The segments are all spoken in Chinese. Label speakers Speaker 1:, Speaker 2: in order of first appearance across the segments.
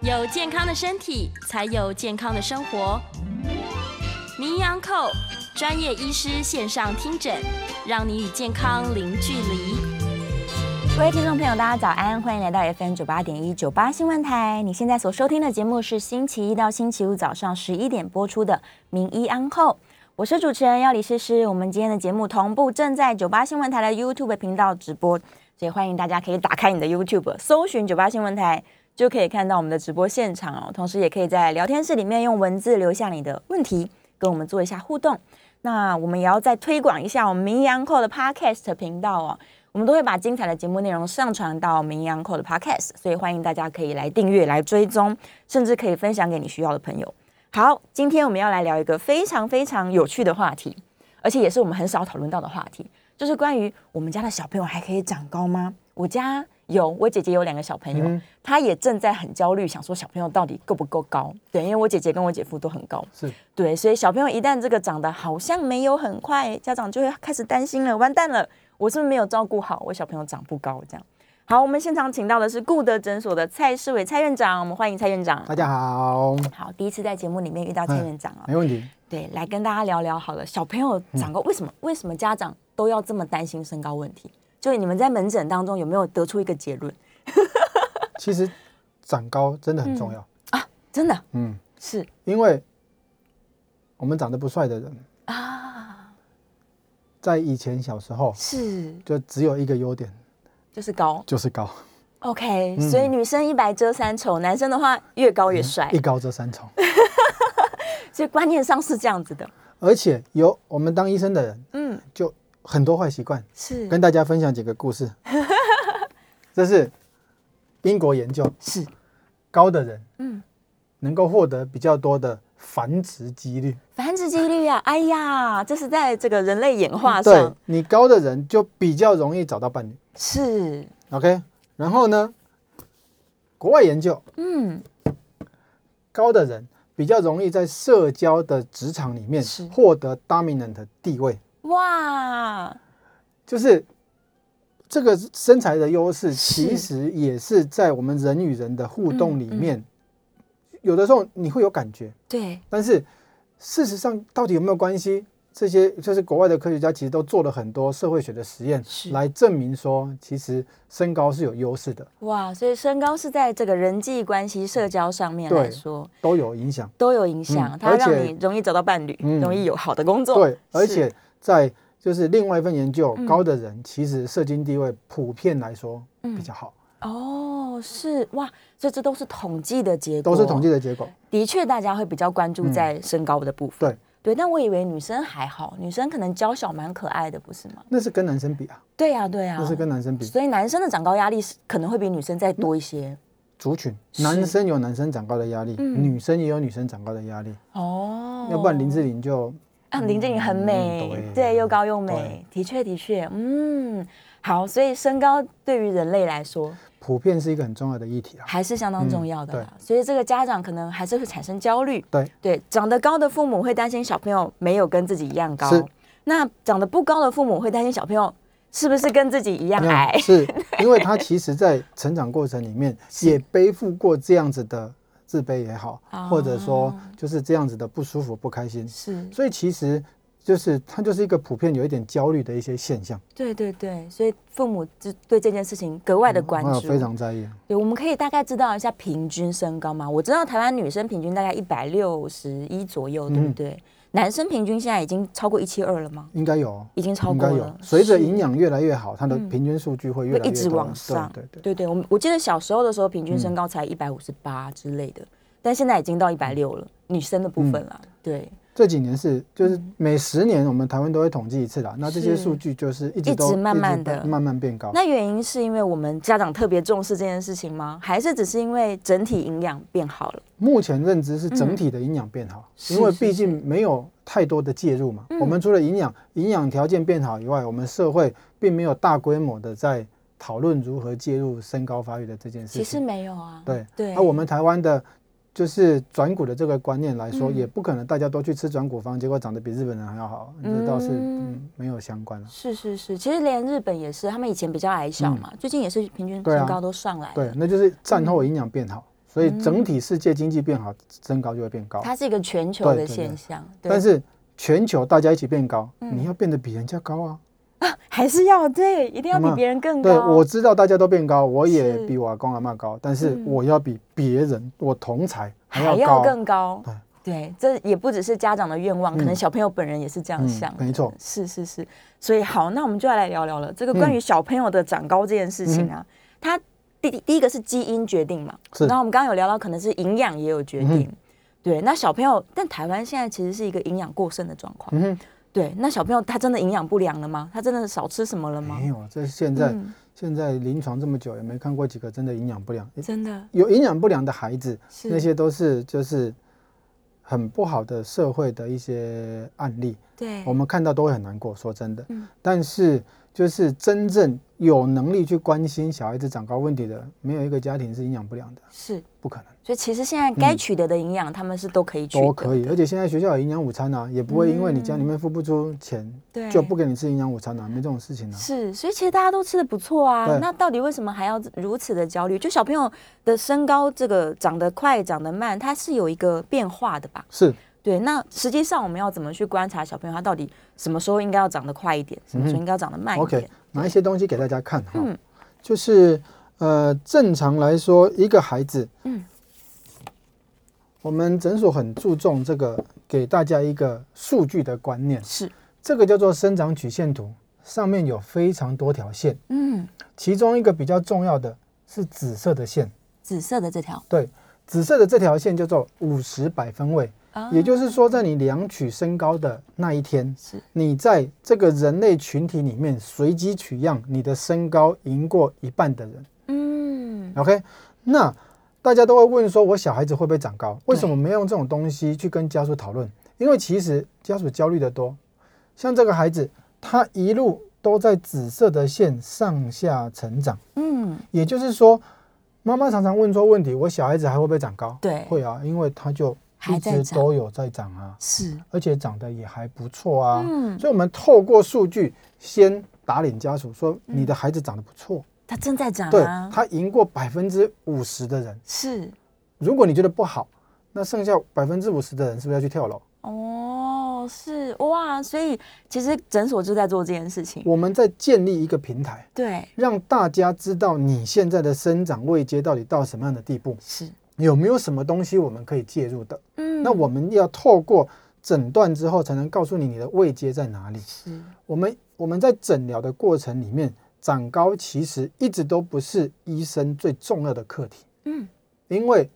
Speaker 1: 有健康的身体，才有健康的生活。名医 Uncle 专业医师线上听诊，让你与健康零距离。
Speaker 2: 各位听众朋友，大家早安，欢迎来到 FM 九八点一九八新闻台。你现在所收听的节目是星期一到星期五早上十一点播出的《名医安后》，我是主持人要李诗诗。我们今天的节目同步正在九八新闻台的 YouTube 频道直播，所以欢迎大家可以打开你的 YouTube，搜寻九八新闻台，就可以看到我们的直播现场哦。同时，也可以在聊天室里面用文字留下你的问题，跟我们做一下互动。那我们也要再推广一下我们名医安扣的 Podcast 频道哦。我们都会把精彩的节目内容上传到名医 Uncle 的 Podcast，所以欢迎大家可以来订阅、来追踪，甚至可以分享给你需要的朋友。好，今天我们要来聊一个非常非常有趣的话题，而且也是我们很少讨论到的话题，就是关于我们家的小朋友还可以长高吗？我家有，我姐姐有两个小朋友，她也正在很焦虑，想说小朋友到底够不够高？对，因为我姐姐跟我姐夫都很高，
Speaker 3: 是
Speaker 2: 对，所以小朋友一旦这个长得好像没有很快，家长就会开始担心了，完蛋了，我是不是没有照顾好我小朋友长不高？这样。好，我们现场请到的是顾德诊所的蔡世伟蔡院长，我们欢迎蔡院长。
Speaker 3: 大家好，
Speaker 2: 好，第一次在节目里面
Speaker 3: 哎
Speaker 2: 遇到蔡院长啊、
Speaker 3: 没问题。
Speaker 2: 对，来跟大家聊聊好了。小朋友
Speaker 3: 嗯
Speaker 2: 长高，为什么为什么家长都要这么担心身高问题？就你们在门诊当中有没有得出一个结论？
Speaker 3: 其实长高真的很重要，
Speaker 2: 真的
Speaker 3: 嗯，
Speaker 2: 是
Speaker 3: 因为我们长得不帅的人，
Speaker 2: 啊，
Speaker 3: 在以前小时候
Speaker 2: 是
Speaker 3: 就只有一个优点，
Speaker 2: 就是高。
Speaker 3: 就是高，
Speaker 2: OK，、
Speaker 3: 嗯
Speaker 2: 所以女生一白遮三丑，男生的话越高越帅，
Speaker 3: 一高遮三丑。
Speaker 2: 所以观念上是这样子的。
Speaker 3: 而且有我们当医生的人，
Speaker 2: 嗯，
Speaker 3: 就很多坏习惯，
Speaker 2: 是
Speaker 3: 跟大家分享几个故事。这是英国研究，
Speaker 2: 是
Speaker 3: 高的人，
Speaker 2: 嗯
Speaker 3: 嗯，能够获得比较多的繁殖几率。
Speaker 2: 繁殖几率啊！哎呀，这是在这个人类演化
Speaker 3: 对
Speaker 2: 上
Speaker 3: 你高的人就比较容易找到伴侣。
Speaker 2: 是
Speaker 3: OK，然后呢，国外研究，
Speaker 2: 嗯
Speaker 3: 高的人比较容易在社交的职场里面
Speaker 2: 是
Speaker 3: 获得 dominant 的地位，
Speaker 2: 哇
Speaker 3: 就是这个身材的优势，
Speaker 2: 是
Speaker 3: 其实也是在我们人与人的互动里面，
Speaker 2: 嗯
Speaker 3: 有的时候你会有感觉，
Speaker 2: 对
Speaker 3: 但是事实上到底有没有关系？这些就是国外的科学家其实都做了很多社会学的实验
Speaker 2: 是，
Speaker 3: 来证明说，其实身高是有优势的，
Speaker 2: 哇，所以身高是在这个人际关系、社交上面
Speaker 3: 对
Speaker 2: 来说
Speaker 3: 都有影响。
Speaker 2: 都有影响，
Speaker 3: 嗯
Speaker 2: 它
Speaker 3: 而且
Speaker 2: 让你容易找到伴侣，
Speaker 3: 嗯
Speaker 2: 容易有好的工作。
Speaker 3: 对，而
Speaker 2: 是
Speaker 3: 且在就是另外一份研究，
Speaker 2: 嗯
Speaker 3: 高的人其实社经地位普遍来说
Speaker 2: 嗯
Speaker 3: 比较好，
Speaker 2: 哦是哇，所以这都是统计的结果，
Speaker 3: 都是统计的结果。
Speaker 2: 的确，大家会比较关注在身高的部分。
Speaker 3: 对
Speaker 2: 对但我以为女生还好，女生可能娇小蛮可爱的，不是吗？
Speaker 3: 那是跟男生比啊，
Speaker 2: 对呀、对呀、
Speaker 3: 那是跟男生比。
Speaker 2: 所以男生的长高压力是可能会比女生再多一些。
Speaker 3: 族群，
Speaker 2: 是嗯
Speaker 3: 男生有男生长高的压力，女生也有女生长高的压力。
Speaker 2: 哦
Speaker 3: 嗯要不然林志玲就
Speaker 2: 啊，林志颖很美，
Speaker 3: 嗯对
Speaker 2: 对，又高又美，的确的确，嗯，好，所以身高对于人类来说
Speaker 3: 普遍是一个很重要的议题 啊。
Speaker 2: 还是相当重要的啦。所以这个家长可能还是会产生焦虑，
Speaker 3: 对，
Speaker 2: 对，长得高的父母会担心小朋友没有跟自己一样高
Speaker 3: 是，，
Speaker 2: 那长得不高的父母会担心小朋友是不是跟自己一样矮
Speaker 3: 是因为他其实，在成长过程里面也背负过这样子的自卑也好，
Speaker 2: 哦
Speaker 3: 或者说就是这样子的不舒服、不开心，
Speaker 2: 是，
Speaker 3: 所以其实就是它就是一个普遍有一点焦虑的一些现象，
Speaker 2: 对对对，所以父母就对这件事情格外的关
Speaker 3: 嗯我
Speaker 2: 注，
Speaker 3: 啊非常在意。
Speaker 2: 对，我们可以大概知道一下平均身高吗？我知道台湾女生平均大概一百六十一左右，对不
Speaker 3: 嗯
Speaker 2: 对？男生平均现在已经超过一七二了吗？
Speaker 3: 应该有，
Speaker 2: 已经超
Speaker 3: 应
Speaker 2: 过
Speaker 3: 该
Speaker 2: 了
Speaker 3: 有。，随着
Speaker 2: 是
Speaker 3: 营养越来越好，它的平均数据会越
Speaker 2: 会
Speaker 3: 来越
Speaker 2: 一直
Speaker 3: 多
Speaker 2: 往上。
Speaker 3: 对嗯对对，
Speaker 2: 对我们我记得小时候的时候，平均身高才一百五十八之类的，但现在已经到一百六了，女生的部
Speaker 3: 嗯
Speaker 2: 分啦。对，
Speaker 3: 这几年是就是每十年我们台湾都会统计一次啦。那这些
Speaker 2: 嗯是
Speaker 3: 数据就是一
Speaker 2: 一
Speaker 3: 直都
Speaker 2: 直慢慢
Speaker 3: 变
Speaker 2: 地
Speaker 3: 慢慢变高。
Speaker 2: 那原因是因为我们家长特别重视这件事情吗？还是只是因为整体营养变好了？
Speaker 3: 目前认知是整体的营养变好，
Speaker 2: 是
Speaker 3: 因为
Speaker 2: 是
Speaker 3: 毕竟没有太多的介入嘛。
Speaker 2: 嗯
Speaker 3: 我们除了营养营养条件变好以外，我们社会并没有大规模的在讨论如何介入身高发育的这件事
Speaker 2: 其
Speaker 3: 情。
Speaker 2: 实没有啊。
Speaker 3: 对，
Speaker 2: 对，
Speaker 3: 那、我们台湾的，就是转骨的这个观念来
Speaker 2: 嗯
Speaker 3: 说，也不可能大家都去吃转骨方，结果长得比日本人还要好，这倒是
Speaker 2: 嗯
Speaker 3: 嗯没有相关了。
Speaker 2: 是是是，其实连日本也是，他们以前比较矮小嘛，最近也是平均
Speaker 3: 嗯对啊
Speaker 2: 身高都上来了。嗯
Speaker 3: 对，那就是战后营养变好，所以整体世界经济变好，身高就会变高。
Speaker 2: 它是一个全球的
Speaker 3: 对对对
Speaker 2: 现象，对嗯
Speaker 3: 但是全球大家一起变高，你要变得比人家高啊。
Speaker 2: 还是要对，一定要
Speaker 3: 有没
Speaker 2: 比
Speaker 3: 有
Speaker 2: 别人更高。
Speaker 3: 对，我知道大家都变高，我也
Speaker 2: 是嗯
Speaker 3: 比我阿公阿妈高，但是我要比别人，我同才还
Speaker 2: 还
Speaker 3: 要
Speaker 2: 要
Speaker 3: 高。
Speaker 2: 更高
Speaker 3: 对。
Speaker 2: 对，这也不只是家长的愿望，可能
Speaker 3: 嗯
Speaker 2: 小朋友本人也是这样想。
Speaker 3: 没错，
Speaker 2: 是是是，所以好，那我们就要来聊聊了，这个
Speaker 3: 嗯
Speaker 2: 关于小朋友的长高这件事情啊，它第第一个是基因决定嘛，
Speaker 3: 是嗯
Speaker 2: 然后我们刚刚有聊到，可能是营养也有决定，对，那小朋友，但台湾现在其实是一个营养过剩的状况，
Speaker 3: 嗯
Speaker 2: 对，那小朋友他真的营养不良了吗？他真的少吃什么了
Speaker 3: 哼，
Speaker 2: 吗？
Speaker 3: 没有，这现在、
Speaker 2: 嗯
Speaker 3: 现在临床这么久，也没看过几个真的营养不良。
Speaker 2: 真的
Speaker 3: 有营养不良的孩子，
Speaker 2: 是
Speaker 3: 那些都是就是很不好的社会的一些案例，
Speaker 2: 对，
Speaker 3: 我们看到都会很难过。说真的，
Speaker 2: 嗯
Speaker 3: 但是就是真正有能力去关心小孩子长高问题的，没有一个家庭是营养不良的，
Speaker 2: 是，
Speaker 3: 不可能。
Speaker 2: 所以其实现在该取得的营养，他们是都可以取得，
Speaker 3: 都可以，而且现在学校有营养午餐啊，也不会因为你家里面付不出钱、
Speaker 2: 对，
Speaker 3: 就不给你吃营养午餐啊，没这种事情啊。
Speaker 2: 是，所以其实大家都吃的不错啊。
Speaker 3: 对
Speaker 2: 那到底为什么还要如此的焦虑？就小朋友的身高，这个长得快、长得慢，它是有一个变化的吧？
Speaker 3: 是，
Speaker 2: 对，那实际上我们要怎么去观察小朋友他到底什么时候应该要长得快一点，什么时候应该要长得慢一
Speaker 3: 嗯 OK，
Speaker 2: 点？
Speaker 3: 拿一些东西给大家看哈，
Speaker 2: 嗯
Speaker 3: 就是呃，正常来说，一个孩子，
Speaker 2: 嗯，
Speaker 3: 我们诊所很注重这个，给大家一个数据的观念，
Speaker 2: 是，
Speaker 3: 这个叫做生长曲线图，上面有非常多条线，
Speaker 2: 嗯，
Speaker 3: 其中一个比较重要的是紫色的线，
Speaker 2: 紫色的这条，
Speaker 3: 对，紫色的这条线叫做五十百分位，
Speaker 2: 啊
Speaker 3: 也就是说，在你量取身高的那一天，
Speaker 2: 是
Speaker 3: 你在这个人类群体里面随机取样，你的身高赢过一半的人。
Speaker 2: 嗯，
Speaker 3: OK，那大家都会问说，我小孩子会不会长高？为什么没用这种东西去跟家属讨论？因为其实家属焦虑的多。像这个孩子，他一路都在紫色的线上下成长，
Speaker 2: 嗯，
Speaker 3: 也就是说，妈妈常常问说问题，我小孩子还会不会长高？
Speaker 2: 对
Speaker 3: 会啊，因为他就
Speaker 2: 还
Speaker 3: 一
Speaker 2: 在
Speaker 3: 直
Speaker 2: 长
Speaker 3: 都有在长啊，
Speaker 2: 是，
Speaker 3: 而且长得也还不错啊。
Speaker 2: 嗯
Speaker 3: 所以我们透过数据先打脸家属，说你的孩子长得不错，
Speaker 2: 它正在长
Speaker 3: 对
Speaker 2: 啊，
Speaker 3: 他赢过百分之五十的人。
Speaker 2: 是，
Speaker 3: 如果你觉得不好，那剩下百分之五十的人是不是要去跳楼？
Speaker 2: 哦，是哇，所以其实诊所就在做这件事情，
Speaker 3: 我们在建立一个平台，
Speaker 2: 对，
Speaker 3: 让大家知道你现在的生长位阶到底到什么样的地步，
Speaker 2: 是，
Speaker 3: 有没有什么东西我们可以介入的？
Speaker 2: 嗯，
Speaker 3: 那我们要透过诊断之后，才能告诉你你的位阶在哪里。
Speaker 2: 是。
Speaker 3: 我们我们在诊疗的过程里面，长高其实一直都不是医生最重要的课题。
Speaker 2: 嗯，
Speaker 3: 因为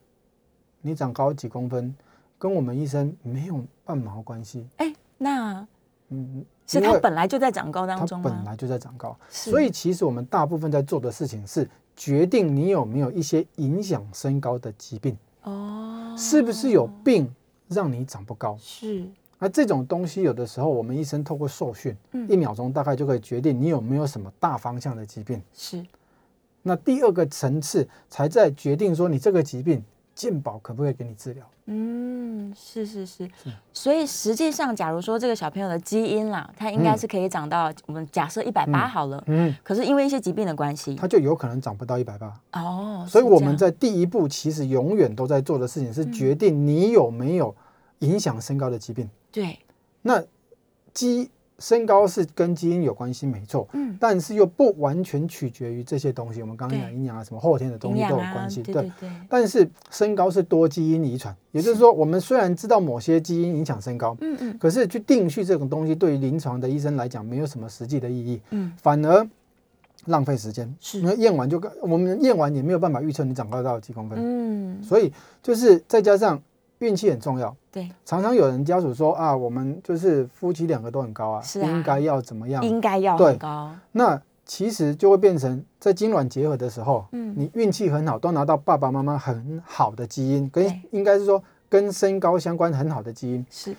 Speaker 3: 你长高几公分，跟我们医生没有半毛关系。
Speaker 2: 哎，那
Speaker 3: 嗯，
Speaker 2: 是
Speaker 3: 因
Speaker 2: 他
Speaker 3: 为
Speaker 2: 本来就在长高当
Speaker 3: 它
Speaker 2: 中
Speaker 3: 本
Speaker 2: 吗？
Speaker 3: 来就在长高，
Speaker 2: 是
Speaker 3: 所以其实我们大部分在做的事情是决定你有没有一些影响身高的疾病，
Speaker 2: 哦，
Speaker 3: 是不是有病让你长不高。
Speaker 2: 是
Speaker 3: 那这种东西有的时候，我们医生透过受训，
Speaker 2: 嗯
Speaker 3: 一秒钟大概就可以决定你有没有什么大方向的疾病。
Speaker 2: 是
Speaker 3: 那第二个层次才在决定说你这个疾病健保可不可以给你治疗。
Speaker 2: 嗯，是是是，所以实际上，假如说这个小朋友的基因啦，他应该
Speaker 3: 嗯
Speaker 2: 是可以长到我们假设一百八好了，
Speaker 3: 嗯，
Speaker 2: 可是因为一些疾病的关系，
Speaker 3: 它就有可能长不到一百八。
Speaker 2: 哦，
Speaker 3: 所以
Speaker 2: 是这
Speaker 3: 我们
Speaker 2: 样
Speaker 3: 在第一步其实永远都在做的事情
Speaker 2: 嗯
Speaker 3: 是决定你有没有影响身高的疾病。
Speaker 2: 对
Speaker 3: 那基身高是跟基因有关系，没错，
Speaker 2: 嗯
Speaker 3: 但是又不完全取决于这些东西。我们刚刚
Speaker 2: 对
Speaker 3: 讲营养啊，什么后天的
Speaker 2: 营
Speaker 3: 东西都
Speaker 2: 养
Speaker 3: 有
Speaker 2: 啊
Speaker 3: 关，系，
Speaker 2: 对对对，
Speaker 3: 但是身高是多基因遗传，也就是说，我们虽然知道某些基因影响身高，
Speaker 2: 嗯嗯
Speaker 3: 可是去定序这种东西，对于临床的医生来讲，没有什么实际的意义，
Speaker 2: 嗯，
Speaker 3: 反而浪费时间。
Speaker 2: 是
Speaker 3: 因为验完就我们验完也没有办法预测你长高到几公分，
Speaker 2: 嗯
Speaker 3: 所以就是再加上运气很重要。
Speaker 2: 对，
Speaker 3: 常常有人家属说啊，我们就是夫妻两个都很高啊，
Speaker 2: 是啊
Speaker 3: 应该要怎么样？
Speaker 2: 应该要
Speaker 3: 对
Speaker 2: 很高，
Speaker 3: 那其实就会变成在精卵结合的时候，
Speaker 2: 嗯
Speaker 3: 你运气很好，都拿到爸爸妈妈很好的基因，跟
Speaker 2: 对
Speaker 3: 应该是说跟身高相关很好的基因，
Speaker 2: 是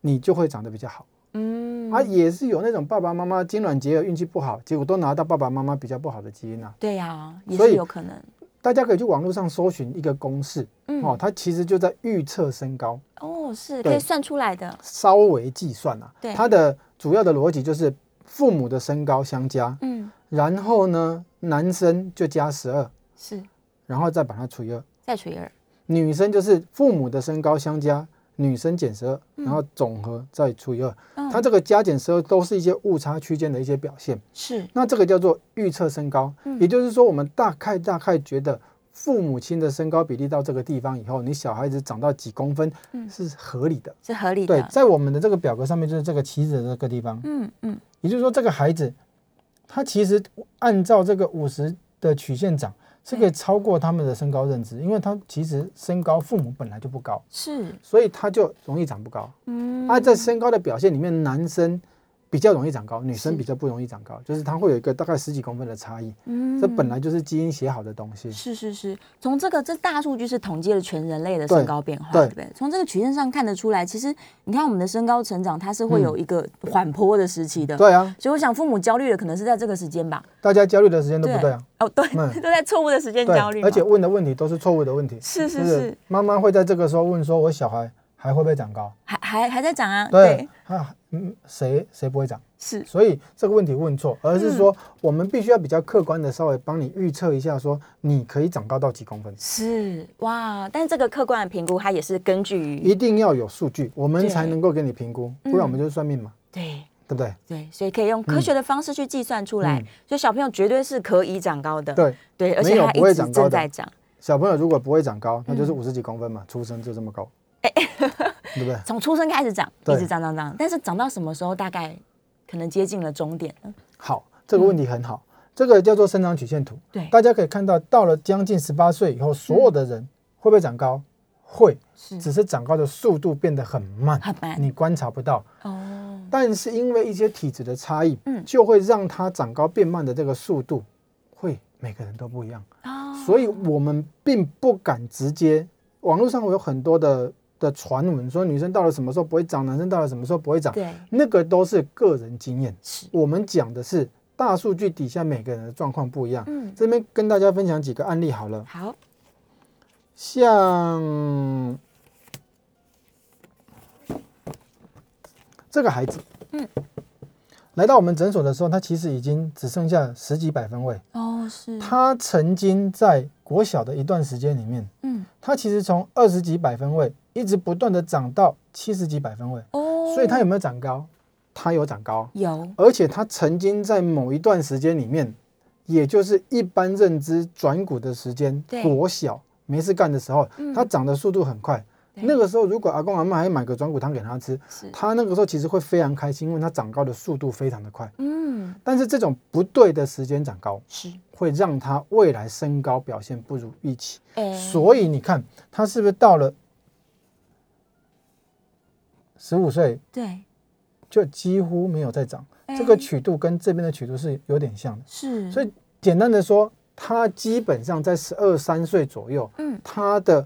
Speaker 3: 你就会长得比较好。
Speaker 2: 嗯
Speaker 3: 啊，也是有那种爸爸妈妈精卵结合运气不好，结果都拿到爸爸妈妈比较不好的基因啊。
Speaker 2: 对呀，也
Speaker 3: 所
Speaker 2: 是
Speaker 3: 以
Speaker 2: 有可能，
Speaker 3: 大家可以去网络上搜寻一个公式，
Speaker 2: 嗯
Speaker 3: 哦，它其实就在预测身高，
Speaker 2: 哦，是
Speaker 3: 对
Speaker 2: 可以算出来的，
Speaker 3: 稍微计算啊
Speaker 2: 对。
Speaker 3: 它的主要的逻辑就是父母的身高相加，
Speaker 2: 嗯，
Speaker 3: 然后呢，男生就加十二，
Speaker 2: 是
Speaker 3: 然后再把它除以二，
Speaker 2: 再除以二，
Speaker 3: 女生就是父母的身高相加，女生减十二，然后总和再除以二。
Speaker 2: 嗯
Speaker 3: 它这个加减十二都是一些误差区间的一些表现。
Speaker 2: 是
Speaker 3: 那这个叫做预测身高，
Speaker 2: 嗯
Speaker 3: 也就是说，我们大概大概觉得父母亲的身高比例到这个地方以后，你小孩子长到几公分是合理的。
Speaker 2: 嗯是合理
Speaker 3: 对，
Speaker 2: 的。
Speaker 3: 在我们的这个表格上面就是这个旗子的这个地方，
Speaker 2: 嗯嗯，
Speaker 3: 也就是说，这个孩子他其实按照这个五十的曲线长。
Speaker 2: 嗯
Speaker 3: 是可以超过他们的身高认知，因为他其实身高父母本来就不高，
Speaker 2: 是
Speaker 3: 所以他就容易长不高。
Speaker 2: 嗯
Speaker 3: 啊，在身高的表现里面，男生比较容易长高，女
Speaker 2: 是
Speaker 3: 生比较不容易长高，就是它会有一个大概十几公分的差异。
Speaker 2: 嗯
Speaker 3: 这本来就是基因写好的东西。
Speaker 2: 是是是，从这个这大数据是统计了全人类的身
Speaker 3: 对
Speaker 2: 高变化，
Speaker 3: 对
Speaker 2: 不对？从这个曲线上看得出来，其实你看我们的身高成长，它是会有一个缓坡的时期的。
Speaker 3: 嗯对啊，
Speaker 2: 所以我想父母焦虑的可能是在这个时间吧，
Speaker 3: 大家焦虑的时间都不对啊。
Speaker 2: 哦对，
Speaker 3: 嗯
Speaker 2: 都在错误的时间
Speaker 3: 对
Speaker 2: 焦虑，嘛，
Speaker 3: 而且问的问题都是错误的问题。
Speaker 2: 是是，
Speaker 3: 就是妈妈会在这个时候问说：“我小孩还会不会长高
Speaker 2: 还还还在涨啊，？”
Speaker 3: 对，啊，嗯，谁谁不会长？
Speaker 2: 是
Speaker 3: 所以这个问题问错，而是
Speaker 2: 嗯
Speaker 3: 说我们必须要比较客观的稍微帮你预测一下，说你可以长高到几公分。
Speaker 2: 是哇，但这个客观的评估它也是根据于
Speaker 3: 一定要有数据，我们
Speaker 2: 对嗯
Speaker 3: 才能够给你评估，不然我们就是算命嘛，
Speaker 2: 对。
Speaker 3: 对不对？
Speaker 2: 对，所以可以用科学的方式去计算出来，
Speaker 3: 嗯
Speaker 2: 所以小朋友绝对是可以长高的。
Speaker 3: 对，
Speaker 2: 对，而
Speaker 3: 没
Speaker 2: 且
Speaker 3: 有
Speaker 2: 他
Speaker 3: 不会
Speaker 2: 一直
Speaker 3: 长高
Speaker 2: 正
Speaker 3: 的
Speaker 2: 在长。
Speaker 3: 小朋友如果不会长
Speaker 2: 嗯
Speaker 3: 高，那就是五十几公分嘛，出生就这么高，
Speaker 2: 哎
Speaker 3: 对不对？
Speaker 2: 从出生开始长，一
Speaker 3: 对
Speaker 2: 直长长长，但是长到什么时候大概可能接近了终点呢？
Speaker 3: 好，这个问题很好，这个叫做生长曲线图。
Speaker 2: 对
Speaker 3: 大家可以看到，到了将近十八岁以后，所有的人
Speaker 2: 嗯
Speaker 3: 会不会长高？会，
Speaker 2: 是
Speaker 3: 只是长高的速度变得很慢，
Speaker 2: 嗯很慢
Speaker 3: 你观察不到。
Speaker 2: 哦，
Speaker 3: 但是因为一些体质的差异，
Speaker 2: 嗯
Speaker 3: 就会让它长高变慢的这个速度会每个人都不一样。
Speaker 2: 哦，
Speaker 3: 所以我们并不敢直接。网络上有很多的的传闻说，女生到了什么时候不会长，男生到了什么时候不会长，
Speaker 2: 对，
Speaker 3: 那个都是个人经验。
Speaker 2: 是，
Speaker 3: 我们讲的是大数据底下每个人的状况不一样。
Speaker 2: 嗯，
Speaker 3: 这边跟大家分享几个案例好了，
Speaker 2: 好，
Speaker 3: 像这个孩子，
Speaker 2: 嗯，
Speaker 3: 来到我们诊所的时候，他其实已经只剩下十几百分位。
Speaker 2: 哦，是，
Speaker 3: 他曾经在国小的一段时间里面，
Speaker 2: 嗯，
Speaker 3: 他其实从二十几百分位一直不断的涨到七十几百分位，
Speaker 2: 哦，
Speaker 3: 所以他有没有长高？他有长高，
Speaker 2: 有
Speaker 3: 而且他曾经在某一段时间里面，也就是一般认知转股的时间
Speaker 2: 对，嗯
Speaker 3: 国小没事干的时候，他长的速度很快。
Speaker 2: 对
Speaker 3: 那个时候，如果阿公阿妈还买个转骨汤给他吃，
Speaker 2: 是，
Speaker 3: 他那个时候其实会非常开心，因为他长高的速度非常的快。
Speaker 2: 嗯，
Speaker 3: 但是这种不对的时间长高，
Speaker 2: 是，
Speaker 3: 会让他未来身高表现不如预期。
Speaker 2: 哎
Speaker 3: 所以你看，他是不是到了十五岁
Speaker 2: 对，
Speaker 3: 就几乎没有再长？
Speaker 2: 哎
Speaker 3: 这个曲度跟这边的曲度是有点像的。
Speaker 2: 是，
Speaker 3: 所
Speaker 2: 以
Speaker 3: 以简单的说，他基本上在十二三岁左右，
Speaker 2: 嗯，
Speaker 3: 他的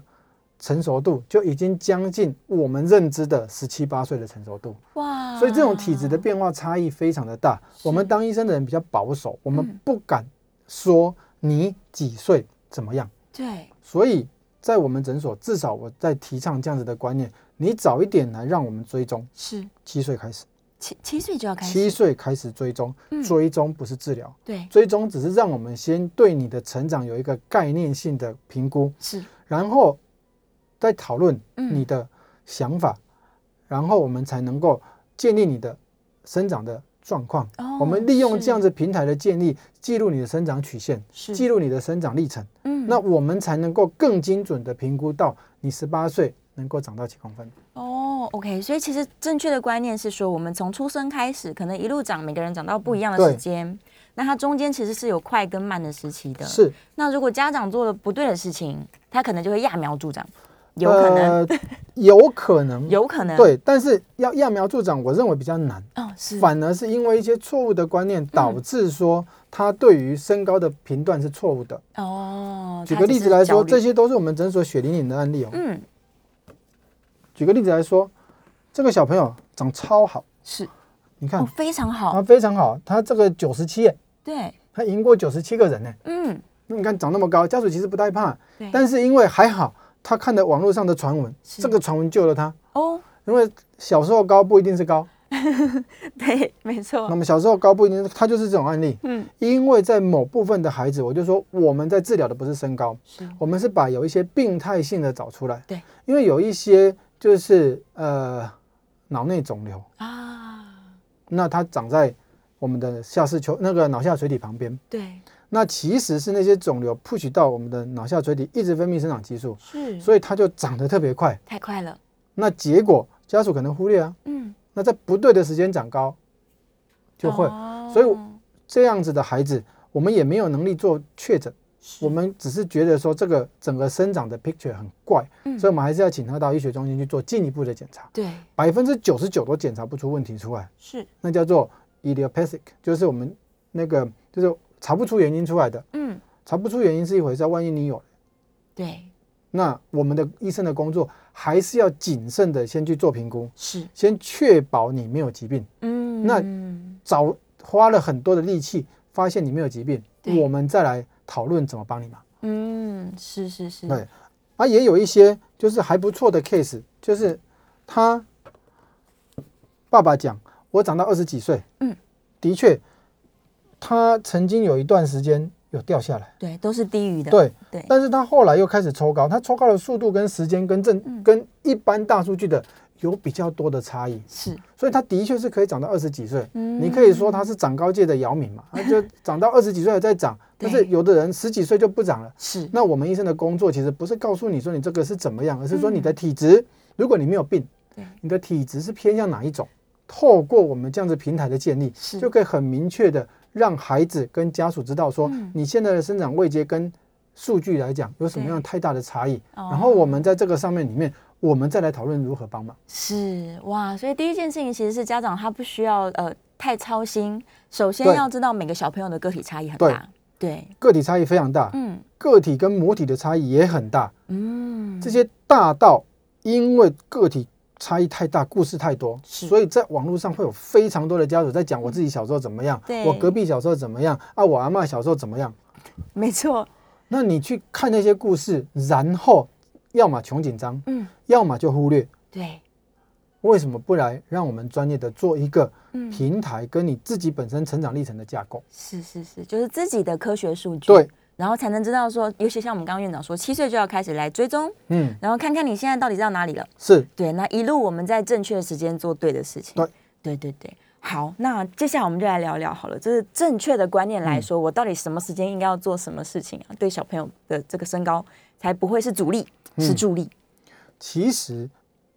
Speaker 3: 成熟度就已经将近我们认知的十七八岁的成熟度。
Speaker 2: 哇，
Speaker 3: 所以这种体
Speaker 2: 啊
Speaker 3: 质的变化差异非常的大。我们当医生的人比较保守，我
Speaker 2: 嗯
Speaker 3: 们不敢说你几岁怎么样。
Speaker 2: 对，
Speaker 3: 所以在我们诊所，至少我在提倡这样子的观念：你早一点来让我们追踪，
Speaker 2: 是
Speaker 3: 七岁开始，
Speaker 2: 七七岁就要开始，
Speaker 3: 七岁开始追踪
Speaker 2: 嗯，
Speaker 3: 追踪不是治疗。
Speaker 2: 对，
Speaker 3: 追踪只是让我们先对你的成长有一个概念性的评估，
Speaker 2: 是，
Speaker 3: 然后再讨论
Speaker 2: 嗯
Speaker 3: 你的想法，然后我们才能够建立你的生长的状况。
Speaker 2: 哦
Speaker 3: 我们利用
Speaker 2: 是
Speaker 3: 这样子平台的建立，记录你的生长曲线，
Speaker 2: 是
Speaker 3: 记录你的生长历程，
Speaker 2: 嗯
Speaker 3: 那我们才能够更精准的评估到你十八岁能够长到几公分。
Speaker 2: 哦，OK，所以其实正确的观念是说，我们从出生开始，可能一路长，每个人长到不一样的时
Speaker 3: 嗯对
Speaker 2: 间，那它中间其实是有快跟慢的时期的。。
Speaker 3: 是，
Speaker 2: 那如果家长做了不对的事情，他可能就会揠苗助长，有可能，
Speaker 3: 呃， 有可能，
Speaker 2: 有可能，，
Speaker 3: 对，但是要揠苗助长，我认为比较难。
Speaker 2: 哦，是，
Speaker 3: 反而是因为一些错误的观念，
Speaker 2: 嗯
Speaker 3: 导致说他对于身高的评断是错误的。
Speaker 2: 哦，
Speaker 3: 举
Speaker 2: 他
Speaker 3: 个
Speaker 2: 只
Speaker 3: 例
Speaker 2: 是
Speaker 3: 子来
Speaker 2: 焦
Speaker 3: 说，
Speaker 2: 虑
Speaker 3: 这，些都是我们诊所血淋淋的案例哦。
Speaker 2: 嗯，
Speaker 3: 举个例子来说，这个小朋友长超好，
Speaker 2: 是，
Speaker 3: 你
Speaker 2: 哦，
Speaker 3: 看
Speaker 2: 非常好，
Speaker 3: 他非常好，他这个九十七，
Speaker 2: 对，
Speaker 3: 他赢过九十七个人呢。
Speaker 2: 嗯，
Speaker 3: 那你看长那么高，家属其实不太怕
Speaker 2: 对，
Speaker 3: 但是因为还好，他看的网络上的传闻，
Speaker 2: 是
Speaker 3: 这个传闻救了他，
Speaker 2: 哦，
Speaker 3: 因为小时候高不一定是高，
Speaker 2: 对，没错
Speaker 3: 那，么小时候高不一定，他就是这种案例。
Speaker 2: 哦嗯，
Speaker 3: 因为在某部分的孩子，我就说我们在治疗的不是身高，
Speaker 2: 是
Speaker 3: 我们是把有一些病态性的找出来。
Speaker 2: 对，
Speaker 3: 因为有一些就是呃脑内肿瘤，
Speaker 2: 啊，
Speaker 3: 那它长在我们的下视丘那个脑下垂体旁边，
Speaker 2: 对，
Speaker 3: 那其实是那些肿瘤 push 到我们的脑下垂体，一直分泌生长激素，
Speaker 2: 是，
Speaker 3: 所以它就长得特别快。
Speaker 2: 太快了，
Speaker 3: 那结果家属可能忽略啊，
Speaker 2: 嗯，
Speaker 3: 那在不对的时间长高，就会、
Speaker 2: 哦
Speaker 3: 所以这样子的孩子，我们也没有能力做确诊，
Speaker 2: 是
Speaker 3: 我们只是觉得说这个整个生长的 picture 很怪，
Speaker 2: 嗯
Speaker 3: 所以我们还是要请他到医学中心去做进一步的检查。
Speaker 2: 对
Speaker 3: 百分之九十九都检查不出问题出来，
Speaker 2: 是，
Speaker 3: 那叫做 idiopathic，就是我们那个就是查不出原因出来的，
Speaker 2: 嗯，
Speaker 3: 查不出原因是一回事，啊万一你有，
Speaker 2: 对，
Speaker 3: 那我们的医生的工作还是要谨慎的先去做评估，
Speaker 2: 是，
Speaker 3: 先确保你没有疾病。
Speaker 2: 嗯，
Speaker 3: 那
Speaker 2: 嗯
Speaker 3: 早花了很多的力气发现你没有疾病，
Speaker 2: 对
Speaker 3: 我们再来讨论怎么帮你嘛。
Speaker 2: 嗯，是是是，
Speaker 3: 对，啊，也有一些就是还不错的 case，就是他爸爸讲，我长到二十几岁，
Speaker 2: 嗯，
Speaker 3: 的确，他曾经有一段时间有掉下来，
Speaker 2: 对，都是低于的，
Speaker 3: 对，
Speaker 2: 对，
Speaker 3: 但是他后来又开始抽高，他抽高的速度跟时间跟正、
Speaker 2: 嗯
Speaker 3: 跟一般大数据的有比较多的差异，
Speaker 2: 是，
Speaker 3: 所以他的确是可以长到二十几岁。
Speaker 2: 嗯
Speaker 3: 你可以说他是长高界的姚明嘛，他就长到二十几岁还在长，但是
Speaker 2: 对
Speaker 3: 有的人十几岁就不长了。
Speaker 2: 是，
Speaker 3: 那我们医生的工作其实不是告诉你说你这个是怎么样，而是说
Speaker 2: 嗯
Speaker 3: 你的体质，如果你没有病
Speaker 2: 对，
Speaker 3: 你的体质是偏向哪一种，透过我们这样子平台的建立，
Speaker 2: 是
Speaker 3: 就可以很明确的让孩子跟家属知道说
Speaker 2: 嗯
Speaker 3: 你现在的生长位阶跟数据来讲有什么样太大的差异，
Speaker 2: 哦
Speaker 3: 然后我们在这个上面里面，我们再来讨论如何帮忙。
Speaker 2: 是哇，所以第一件事情其实是家长他不需要呃太操心，首先
Speaker 3: 对
Speaker 2: 要知道每个小朋友的个体差异很
Speaker 3: 对
Speaker 2: 大，对，
Speaker 3: 个体差异非常大，
Speaker 2: 嗯
Speaker 3: 个体跟母体的差异也很大。
Speaker 2: 嗯，
Speaker 3: 这些大到因为个体差异太大，故事太多，
Speaker 2: 是
Speaker 3: 所以在网络上会有非常多的家属在讲我自己小时候怎么样，
Speaker 2: 对
Speaker 3: 我隔壁小时候怎么样，啊，我阿嬷小时候怎么样。
Speaker 2: 没错，
Speaker 3: 那你去看那些故事，然后要么穷紧张，
Speaker 2: 嗯，
Speaker 3: 要么就忽略。
Speaker 2: 对，
Speaker 3: 为什么不来让我们专业的做一个
Speaker 2: 嗯
Speaker 3: 平台，跟你自己本身成长历程的架构？
Speaker 2: 是是是，就是自己的科学数据，
Speaker 3: 对，
Speaker 2: 然后才能知道说，尤其像我们刚刚院长说，七岁就要开始来追踪，
Speaker 3: 嗯，
Speaker 2: 然后看看你现在到底到哪里了。
Speaker 3: 是
Speaker 2: 对，那一路我们在正确的时间做对的事情。
Speaker 3: 对，
Speaker 2: 对对对。好，那接下来我们就来聊聊好了，就是正确的观念来
Speaker 3: 嗯
Speaker 2: 说，我到底什么时间应该要做什么事情啊？对小朋友的这个身高才不会是阻力，
Speaker 3: 嗯
Speaker 2: 是助力。
Speaker 3: 其实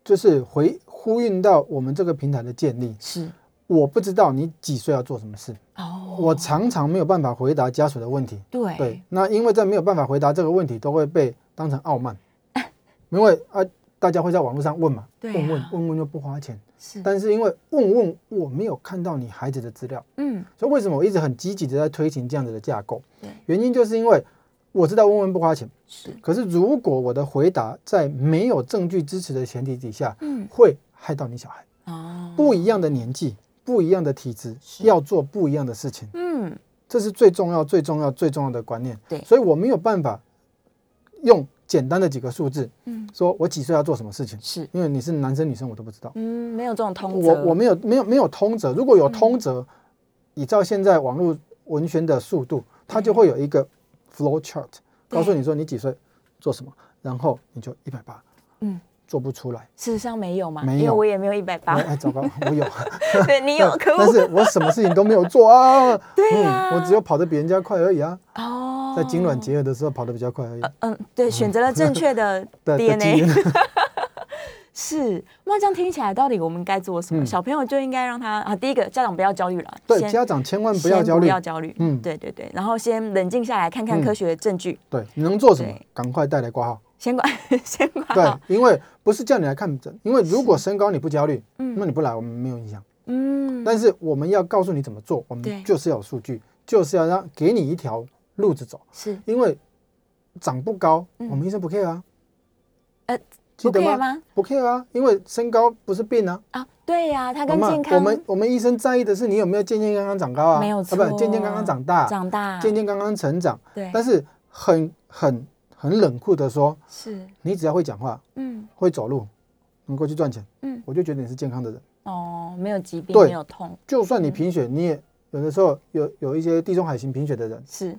Speaker 3: 就是回呼应到我们这个平台的建立。
Speaker 2: 是
Speaker 3: 我不知道你几岁要做什么事，
Speaker 2: 哦，哎
Speaker 3: 我常常没有办法回答家属的问题。
Speaker 2: 对
Speaker 3: 对，那因为在没有办法回答这个问题，都会被当成傲慢， 因为啊，大家会在网络上问嘛，
Speaker 2: 对啊
Speaker 3: 问问问问又不花钱，
Speaker 2: 是，
Speaker 3: 但是因为问问我没有看到你孩子的资料，
Speaker 2: 嗯，
Speaker 3: 所以为什么我一直很积极的在推行这样子的架构
Speaker 2: 对？
Speaker 3: 原因就是因为我知道问问不花钱，
Speaker 2: 是
Speaker 3: 可是如果我的回答在没有证据支持的前提底下，
Speaker 2: 嗯
Speaker 3: 会害到你小孩。
Speaker 2: 哦，
Speaker 3: 不一样的年纪，不一样的体质，要做不一样的事情。
Speaker 2: 嗯，
Speaker 3: 这是最重要、最重要、最重要的观念。
Speaker 2: 对
Speaker 3: 所以我没有办法用简单的几个数字，
Speaker 2: 嗯，
Speaker 3: 说我几岁要做什么事情，
Speaker 2: 是，
Speaker 3: 因为你是男生女生我都不知道，
Speaker 2: 嗯，没有这种通则，嗯
Speaker 3: 我我没有没有没有通则，如果有通则，依照现在网络文宣的速度，它就会有一个 flow chart，告诉你说你几岁做什么，然后你就一百八，
Speaker 2: 嗯，啊
Speaker 3: 做不出来，
Speaker 2: 事实上没有嘛，
Speaker 3: 没
Speaker 2: 因为
Speaker 3: 有
Speaker 2: 我也没有一百
Speaker 3: 我
Speaker 2: 八，
Speaker 3: 哎糟糕，我有，
Speaker 2: 对你有，可
Speaker 3: 但
Speaker 2: 恶，
Speaker 3: 是我什么事情都没有做啊，
Speaker 2: 对
Speaker 3: 嗯，我只有跑得比人家快而已啊。
Speaker 2: 哦，
Speaker 3: 在精卵结合的时候跑得比较快而已。啊
Speaker 2: 嗯，对，选择了正确 的
Speaker 3: 的的基
Speaker 2: DNA
Speaker 3: 因。
Speaker 2: 是，那这样听起来，到底我们该做什么？
Speaker 3: 嗯
Speaker 2: 小朋友就应该让他啊，第一个家长不要焦虑了，
Speaker 3: 对，
Speaker 2: 先
Speaker 3: 家长千万不要
Speaker 2: 先
Speaker 3: 焦虑
Speaker 2: 不。要焦虑，嗯，
Speaker 3: 嗯
Speaker 2: 对对对，然后先冷静下来，看看
Speaker 3: 嗯
Speaker 2: 科学证据，
Speaker 3: 对，你能做什么
Speaker 2: 对？啊
Speaker 3: 赶快带来挂号。
Speaker 2: 先管 先管好，
Speaker 3: 对，因为不是叫你来看诊，因为如果身高你不焦虑，那你不来我们没有影响。
Speaker 2: 嗯，
Speaker 3: 但是我们要告诉你怎么做，我
Speaker 2: 对
Speaker 3: 们就是要有数据，就是要让给你一条路子走。
Speaker 2: 是
Speaker 3: 因为长不高，我们医生不 care 啊。
Speaker 2: 嗯呃，
Speaker 3: 记得
Speaker 2: 不 care
Speaker 3: 吗？
Speaker 2: 吗？
Speaker 3: 不 care 啊，因为身高不是病啊。
Speaker 2: 啊，对呀，他跟
Speaker 3: 好吗
Speaker 2: 健
Speaker 3: 我
Speaker 2: 康
Speaker 3: 们我们医生在意的是你有没有健健康康长高啊？
Speaker 2: 没有
Speaker 3: 啊
Speaker 2: 错，
Speaker 3: 不，健健康康长大，
Speaker 2: 长大，
Speaker 3: 健健康啊康成长。
Speaker 2: 对，
Speaker 3: 但是很很很冷酷的说，
Speaker 2: 是，
Speaker 3: 你只要会讲话、
Speaker 2: 嗯
Speaker 3: 会走路，能够去赚钱，
Speaker 2: 嗯，
Speaker 3: 我就觉得你是健康的人。
Speaker 2: 哦，没有疾病，
Speaker 3: 对
Speaker 2: 没有痛，
Speaker 3: 就算你贫血，你也有的时候有有一些地中海型贫血的人，
Speaker 2: 是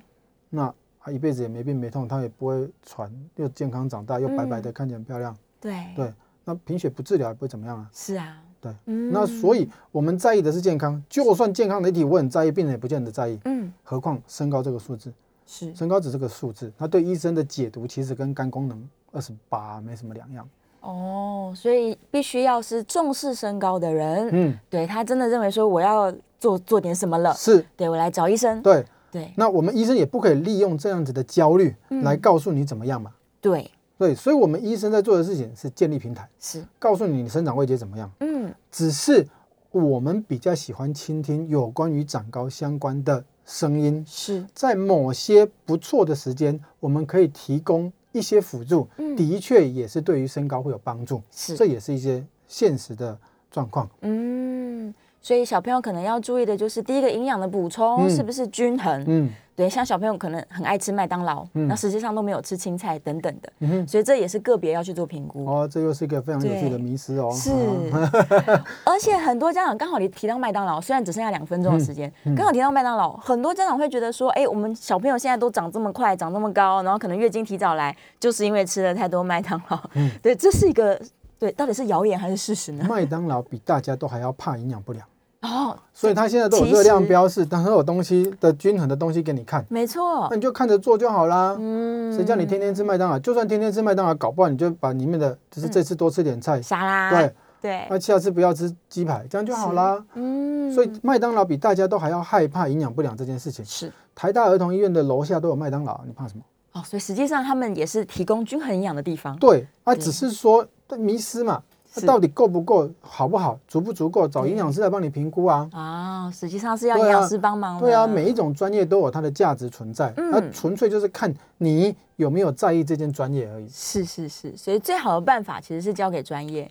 Speaker 3: 那他一辈子也没病没痛，他也不会喘，又健康长大，又白
Speaker 2: 嗯
Speaker 3: 白的，看起来很漂亮。
Speaker 2: 对
Speaker 3: 对，那贫血不治疗也不会怎么样啊。
Speaker 2: 是啊，
Speaker 3: 对，
Speaker 2: 嗯
Speaker 3: 那所以我们在意的是健康，就算健康的一体我很在意，病人也不见得在意，
Speaker 2: 嗯
Speaker 3: 何况身高这个数字，
Speaker 2: 是
Speaker 3: 身高只是个数字，它对医生的解读其实跟肝功能二十八没什么两样。
Speaker 2: 哦，所以必须要是重视身高的人，
Speaker 3: 嗯，
Speaker 2: 对他真的认为说我要做做点什么了，
Speaker 3: 是
Speaker 2: 对我来找医生，
Speaker 3: 对。
Speaker 2: 对
Speaker 3: 那我们医生也不可以利用这样子的焦虑
Speaker 2: 嗯
Speaker 3: 来告诉你怎么样嘛。
Speaker 2: 对
Speaker 3: 对，所以我们医生在做的事情是建立平台，
Speaker 2: 是，
Speaker 3: 告诉你你生长位阶怎么样。
Speaker 2: 嗯
Speaker 3: 只是我们比较喜欢倾听有关于长高相关的声音，
Speaker 2: 是
Speaker 3: 在某些不错的时间，我们可以提供一些辅助，
Speaker 2: 嗯
Speaker 3: 的确也是对于身高会有帮助，
Speaker 2: 是
Speaker 3: 这也是一些现实的状况。
Speaker 2: 嗯，所以小朋友可能要注意的就是第一个营养的补充
Speaker 3: 嗯
Speaker 2: 是不是均衡？
Speaker 3: 嗯
Speaker 2: 对，像小朋友可能很爱吃麦当劳，
Speaker 3: 嗯
Speaker 2: 那实际上都没有吃青菜等等的，
Speaker 3: 嗯哼，
Speaker 2: 所以这也是个别要去做评估。
Speaker 3: 哦，这又是一个非常有趣的迷失哦。
Speaker 2: 是
Speaker 3: 啊，
Speaker 2: 而且很多家长刚好你提到麦当劳，虽然只剩下两分
Speaker 3: 嗯
Speaker 2: 钟的时间，刚、好提到麦当劳，很多家长会觉得说，哎、我们小朋友现在都长这么快，长这么高，然后可能月经提早来，就是因为吃了太多麦当劳。
Speaker 3: 嗯
Speaker 2: 对，这是一个对，到底是谣言还是事实呢？
Speaker 3: 麦当劳比大家都还要怕营养不良。
Speaker 2: 哦，
Speaker 3: 所以它现在都有
Speaker 2: 其实
Speaker 3: 热量标示，它都有东西的均衡的东西给你看，
Speaker 2: 没错
Speaker 3: 那，你就看着做就好啦。
Speaker 2: 嗯，
Speaker 3: 谁叫你天天吃麦当劳？就算天天吃麦当劳，搞不好你就把里面的，
Speaker 2: 嗯
Speaker 3: 就是这次多吃点菜，
Speaker 2: 沙拉？
Speaker 3: 对，呃
Speaker 2: 对，
Speaker 3: 那下次不要吃鸡排，这样就好啦。
Speaker 2: 嗯，
Speaker 3: 所以麦当劳比大家都还要害怕营养不良这件事情。
Speaker 2: 是
Speaker 3: 台大儿童医院的楼下都有麦当劳，你怕什么？
Speaker 2: 哦，所以实际上他们也是提供均衡营养的地方。
Speaker 3: 对，啊，
Speaker 2: 对
Speaker 3: 只是说迷失嘛，啊
Speaker 2: 是
Speaker 3: 到底够不够，好不好，足不足够，找营养师来帮你评估啊。
Speaker 2: 哦，实际上是要营
Speaker 3: 对啊
Speaker 2: 养师帮忙的
Speaker 3: 对啊，每一种专业都有它的价值存在，
Speaker 2: 嗯
Speaker 3: 那纯粹就是看你有没有在意这件专业而已。
Speaker 2: 是是是，所以最好的办法其实是交给专业。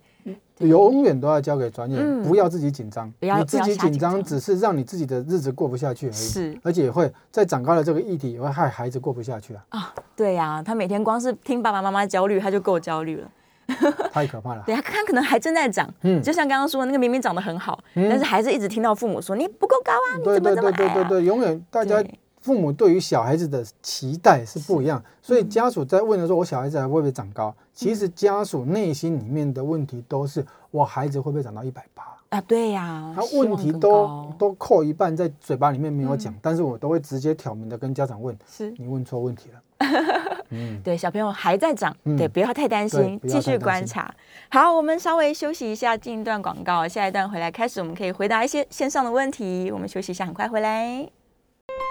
Speaker 3: 永远都要交给专业，
Speaker 2: 嗯
Speaker 3: 不要自己紧张。
Speaker 2: 不要
Speaker 3: 你自己紧
Speaker 2: 不要瞎紧张
Speaker 3: 张，只是让你自己的日子过不下去而已。
Speaker 2: 是
Speaker 3: 而且也会在长高的这个议题，也会害孩子过不下去啊，
Speaker 2: 对呀、他每天光是听爸爸妈妈焦虑，他就够焦虑了。
Speaker 3: 太可怕了。
Speaker 2: 对啊，他可能还正在长，
Speaker 3: 嗯
Speaker 2: 就像刚刚说那个明明长得很好，但是还是一直听到父母说你不够高啊，你
Speaker 3: 对
Speaker 2: 怎么
Speaker 3: 对
Speaker 2: 这么
Speaker 3: 对
Speaker 2: 矮
Speaker 3: 对对
Speaker 2: 啊？
Speaker 3: 对，永远大家
Speaker 2: 对
Speaker 3: 父母对于小孩子的期待是不一样，所以
Speaker 2: 嗯
Speaker 3: 家属在问的时候，我小孩子还会不会长高？其实家属内心里面的问题都是我孩子会不会长到一百八？
Speaker 2: 啊，对呀、
Speaker 3: 他
Speaker 2: 希望
Speaker 3: 问题
Speaker 2: 更
Speaker 3: 都
Speaker 2: 高嗯
Speaker 3: 都扣一半在嘴巴里面没有讲，但是我都会直接挑明的跟家长问，
Speaker 2: 是
Speaker 3: 你问错问题 了。嗯，
Speaker 2: 对，小朋友还在长，
Speaker 3: 嗯
Speaker 2: 对，不要太担
Speaker 3: 对
Speaker 2: 心，
Speaker 3: 不要
Speaker 2: 继
Speaker 3: 太
Speaker 2: 续
Speaker 3: 担
Speaker 2: 观
Speaker 3: 心
Speaker 2: 察。好，我们稍微休息一下，进一段广告，下一段回来开始，我们可以回答一些线上的问题。我们休息一下，很快回来。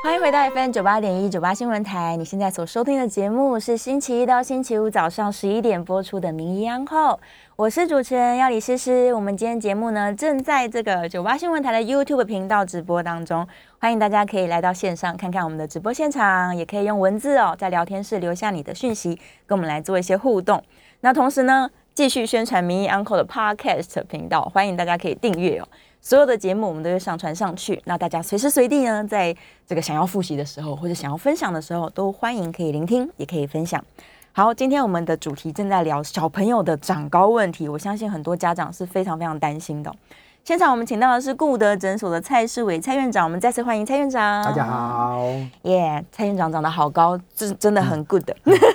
Speaker 2: 欢迎回到 FM 九八点一九八新闻台，你现在所收听的节目是星期一到星期五早上十一点播出的《名医安后》，我是主持人要李诗诗。我们今天节目呢正在这个九八新闻台的 YouTube 频道直播当中，欢迎大家可以来到线上看看我们的直播现场，也可以用文字哦在聊天室留下你的讯息，跟我们来做一些互动。那同时呢，继续宣传名医 Uncle 的 Podcast 频道，欢迎大家可以订阅哦。所有的节目我们都会上传上去，那大家随时随地呢，在这个想要复习的时候，或者想要分享的时候，都欢迎可以聆听，也可以分享。好，今天我们的主题正在聊小朋友的长高问题，我相信很多家长是非常非常担心的哦、现场我们请到的是顾德诊所的蔡世伟蔡院长，我们再次欢迎蔡院长。
Speaker 3: 大家，好
Speaker 2: 耶、蔡院长长得好高，这真的很 good 的。
Speaker 3: 嗯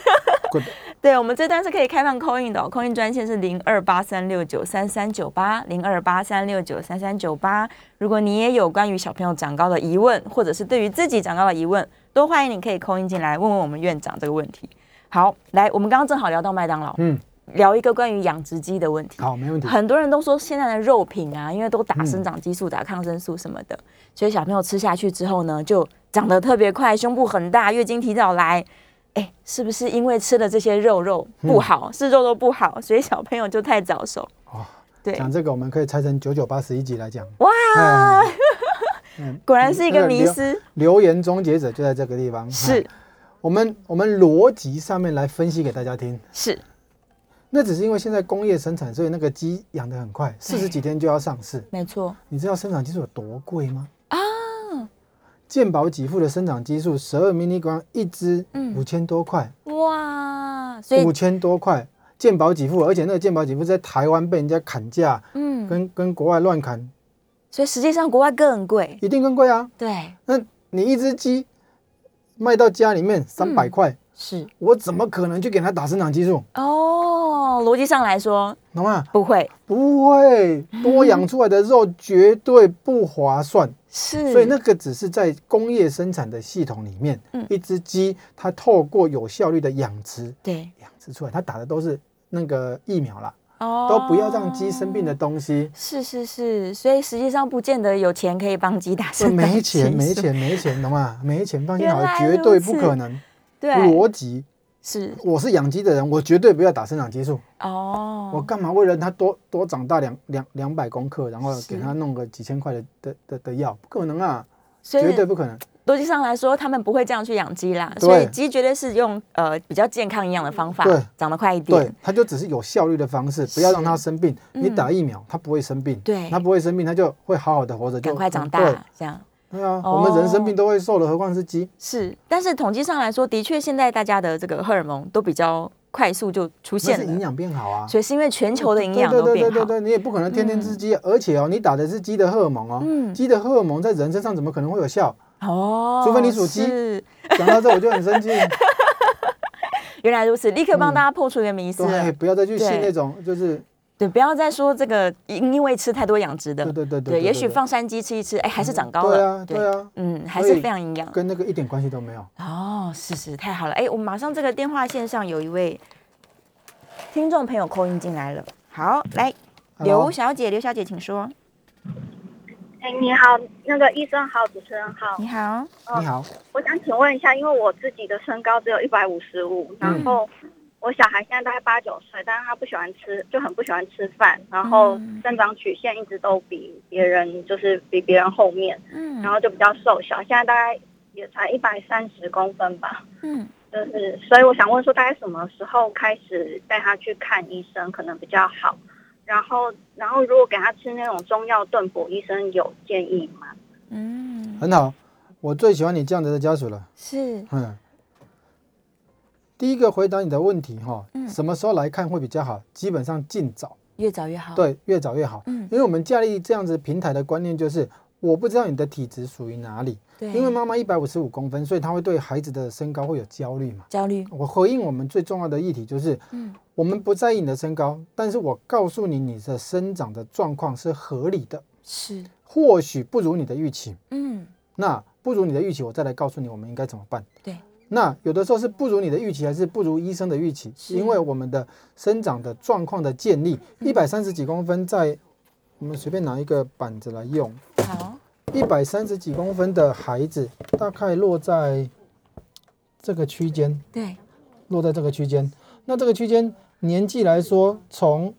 Speaker 3: ，Good，
Speaker 2: 对，我们这段是可以开放 call in 的、哦、，call in 专线是零二八三六九三三九八零二八三六九三三九八。如果你也有关于小朋友长高的疑问，或者是对于自己长高的疑问，都欢迎你可以 call in 进来问问我们院长这个问题。好，来，我们刚刚正好聊到麦当劳，
Speaker 3: 嗯，
Speaker 2: 聊一个关于养殖鸡的问题。
Speaker 3: 好，没问题。
Speaker 2: 很多人都说现在的肉品啊，因为都打
Speaker 3: 嗯
Speaker 2: 生长激素、打抗生素什么的，所以小朋友吃下去之后呢，就长得特别快，胸部很大，月经提早来。哎，是不是因为吃了这些肉肉不好，是肉肉不好，所以小朋友就太早熟？
Speaker 3: 嗯哦，
Speaker 2: 对，
Speaker 3: 讲这个我们可以拆成九九八十一集来讲。
Speaker 2: 哇，
Speaker 3: 哎
Speaker 2: 果然是一个
Speaker 3: 那个
Speaker 2: 迷
Speaker 3: 流
Speaker 2: 思，
Speaker 3: 留言终结者就在这个地方。
Speaker 2: 是
Speaker 3: 哎我们我们逻辑上面来分析给大家听。
Speaker 2: 是
Speaker 3: 那只是因为现在工业生产，所以那个鸡养得很快，四十几天就要上市。
Speaker 2: 没错
Speaker 3: 你知道生长激素有多贵吗？啊，健保给付的生长激素十二 milligram 一支，
Speaker 2: 嗯
Speaker 3: 五千多块，
Speaker 2: 哇，所以
Speaker 3: 五千多块，健保给付，而且那个健保给付在台湾被人家砍价，
Speaker 2: 嗯
Speaker 3: 跟跟国外乱砍，
Speaker 2: 所以实际上国外更贵。
Speaker 3: 一定更贵啊。
Speaker 2: 对，
Speaker 3: 那你一只鸡卖到家里面三
Speaker 2: 嗯
Speaker 3: 百块，
Speaker 2: 是
Speaker 3: 我怎么可能去给它打生长激素？
Speaker 2: 哦，逻辑上来说
Speaker 3: 懂吗？
Speaker 2: 不会
Speaker 3: 不会，多养出来的肉绝对不划算。
Speaker 2: 是，
Speaker 3: 所以那个只是在工业生产的系统里面，
Speaker 2: 嗯
Speaker 3: 一只鸡它透过有效率的养殖，
Speaker 2: 对
Speaker 3: 养殖出来，它打的都是那个疫苗啦，
Speaker 2: 哦，
Speaker 3: 都不要让鸡生病的东西。
Speaker 2: 是是是，所以实际上不见得有钱可以帮鸡打
Speaker 3: 是
Speaker 2: 生
Speaker 3: 哦没
Speaker 2: 长
Speaker 3: 钱，
Speaker 2: 激
Speaker 3: 没
Speaker 2: 素，
Speaker 3: 钱，没钱，懂吗？没钱，放心好
Speaker 2: 原
Speaker 3: 了，
Speaker 2: 来
Speaker 3: 绝
Speaker 2: 如
Speaker 3: 对不
Speaker 2: 此
Speaker 3: 可能。
Speaker 2: 对，
Speaker 3: 逻辑，
Speaker 2: 是
Speaker 3: 我是养鸡的人，我绝对不要打生长激素。
Speaker 2: 哦，
Speaker 3: 我干嘛为了它多多长大两两两百公克，然后给它弄个几千块的的的的药？不可能啊，
Speaker 2: 所以
Speaker 3: 绝对不可能。
Speaker 2: 逻辑上来说，他们不会这样去养鸡啦，所以
Speaker 3: 对
Speaker 2: 鸡绝对是用呃比较健康营养的方法
Speaker 3: 对，
Speaker 2: 长得快一
Speaker 3: 对
Speaker 2: 点，，
Speaker 3: 它就只是有效率的方式，不要让它生病。你打疫苗，它不会生病，
Speaker 2: 对
Speaker 3: 它不会生病，它就会好好的活着，就
Speaker 2: 赶快长
Speaker 3: 对
Speaker 2: 大，哦这样
Speaker 3: 对啊，
Speaker 2: 哦
Speaker 3: 我们人生病都会瘦了，何况是鸡？
Speaker 2: 是。但是统计上来说，的确现在大家的这个荷尔蒙都比较快速就出
Speaker 3: 那
Speaker 2: 现
Speaker 3: 是营
Speaker 2: 了，
Speaker 3: 养变好啊，
Speaker 2: 所以是因为全球的营养
Speaker 3: 对
Speaker 2: 都
Speaker 3: 对对
Speaker 2: 变
Speaker 3: 对
Speaker 2: 好，
Speaker 3: 对，你也不可能天天吃鸡啊，而且哦，你打的是鸡的荷尔蒙哦，
Speaker 2: 嗯
Speaker 3: 鸡的荷尔蒙在人身上怎么可能会有效？
Speaker 2: 哦，
Speaker 3: 除非你属鸡
Speaker 2: 是
Speaker 3: 讲到这我就 很生气，
Speaker 2: 原来如此，立刻帮大家破除一个迷思了
Speaker 3: 嗯对，不要再去信
Speaker 2: 啊对
Speaker 3: 那种就是
Speaker 2: 对，不要再说这个因因为吃太多养殖的，
Speaker 3: 对对对对
Speaker 2: 对
Speaker 3: 对
Speaker 2: 也许
Speaker 3: 对
Speaker 2: 放山鸡吃一吃，哎，还是长高了，
Speaker 3: 对啊对啊，
Speaker 2: 嗯，还
Speaker 3: 所
Speaker 2: 是
Speaker 3: 以
Speaker 2: 非常营养。
Speaker 3: 跟那个一点关系都没有。
Speaker 2: 哦，是是，太好了！哎，我们马上这个电话线上有一位听众朋友扣音进来了。好，来，
Speaker 3: Hello
Speaker 2: 刘小姐，刘小姐，请说。
Speaker 4: 哎，你好，那个医生好，主持人好，
Speaker 2: 你好，
Speaker 3: 你好，
Speaker 4: 我想请问一下，因为我自己的身高只有一百五十五，然后我小孩现在大概八九岁，但是他不喜欢吃，就很不喜欢吃饭，然后生长曲线一直都比别人就是比别人后面，
Speaker 2: 嗯
Speaker 4: 然后就比较瘦小，现在大概也才一百三十公分吧，
Speaker 2: 嗯，
Speaker 4: 就是所以我想问说，大概什么时候开始带他去看医生可能比较好？然后，然后如果给他吃那种中药炖补，医生有建议吗？
Speaker 2: 嗯，
Speaker 3: 很好，我最喜欢你这样子的家属了。
Speaker 2: 是，
Speaker 3: 嗯，第一个回答你的问题哈，
Speaker 2: 嗯
Speaker 3: 什么时候来看会比较好？基本上尽早，
Speaker 2: 越早越好。，
Speaker 3: 对，越早越好。
Speaker 2: 嗯
Speaker 3: 因为我们建立这样子平台的观念就是，我不知道你的体质属于哪里，
Speaker 2: 对，
Speaker 3: 因为妈妈一百五十五公分，所以她会对孩子的身高会有焦虑嘛。
Speaker 2: 焦虑，
Speaker 3: 我回应我们最重要的议题就是，
Speaker 2: 嗯
Speaker 3: 我们不在意你的身高，但是我告诉你，你的生长的状况是合理的，
Speaker 2: 是，
Speaker 3: 或许不如你的预期。
Speaker 2: 嗯
Speaker 3: 那不如你的预期，我再来告诉你我们应该怎么办。
Speaker 2: 对，
Speaker 3: 那有的时候是不如你的预期，还是不如医生的预期？
Speaker 2: 是嗯
Speaker 3: 因为我们的生长的状况的建立，一百三十几公分在，我们随便拿一个板子来用，
Speaker 2: 好，
Speaker 3: 一百三十几公分的孩子大概落在这个区间，
Speaker 2: 对，
Speaker 3: 落在这个区间。那这个区间年纪来说，从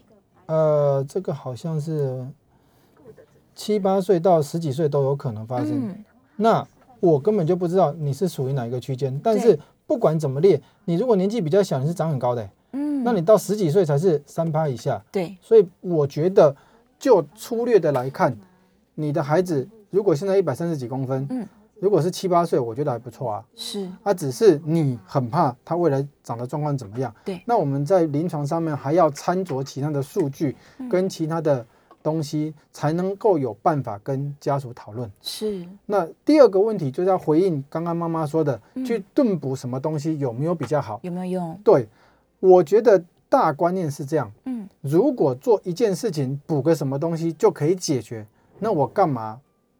Speaker 3: 呃这个好像是七八岁到十几岁都有可能发生。
Speaker 2: 嗯，
Speaker 3: 那我根本就不知道你是属于哪一个区间。但是不管怎么列，你如果年纪比较小，你是长很高的欸、
Speaker 2: 嗯，
Speaker 3: 那你到十几岁才是三趴以下。
Speaker 2: 对，
Speaker 3: 所以我觉得，就粗略的来看，你的孩子如果现在一百三十几公分，
Speaker 2: 嗯，
Speaker 3: 如果是七八岁，我觉得还不错啊。
Speaker 2: 是，
Speaker 3: 啊，只是你很怕他未来长的状况怎么样。
Speaker 2: 对
Speaker 3: 那我们在临床上面还要参酌其他的数据
Speaker 2: 嗯
Speaker 3: 跟其他的东西，才能够有办法跟家属讨论。
Speaker 2: 是，
Speaker 3: 那第二个问题就是要回应刚刚妈妈说的，去炖补什么东西有没有比较好？
Speaker 2: 有没有用？
Speaker 3: 对，我觉得大观念是这样：
Speaker 2: 嗯，
Speaker 3: 如果做一件事情补个什么东西就可以解决，那我干嘛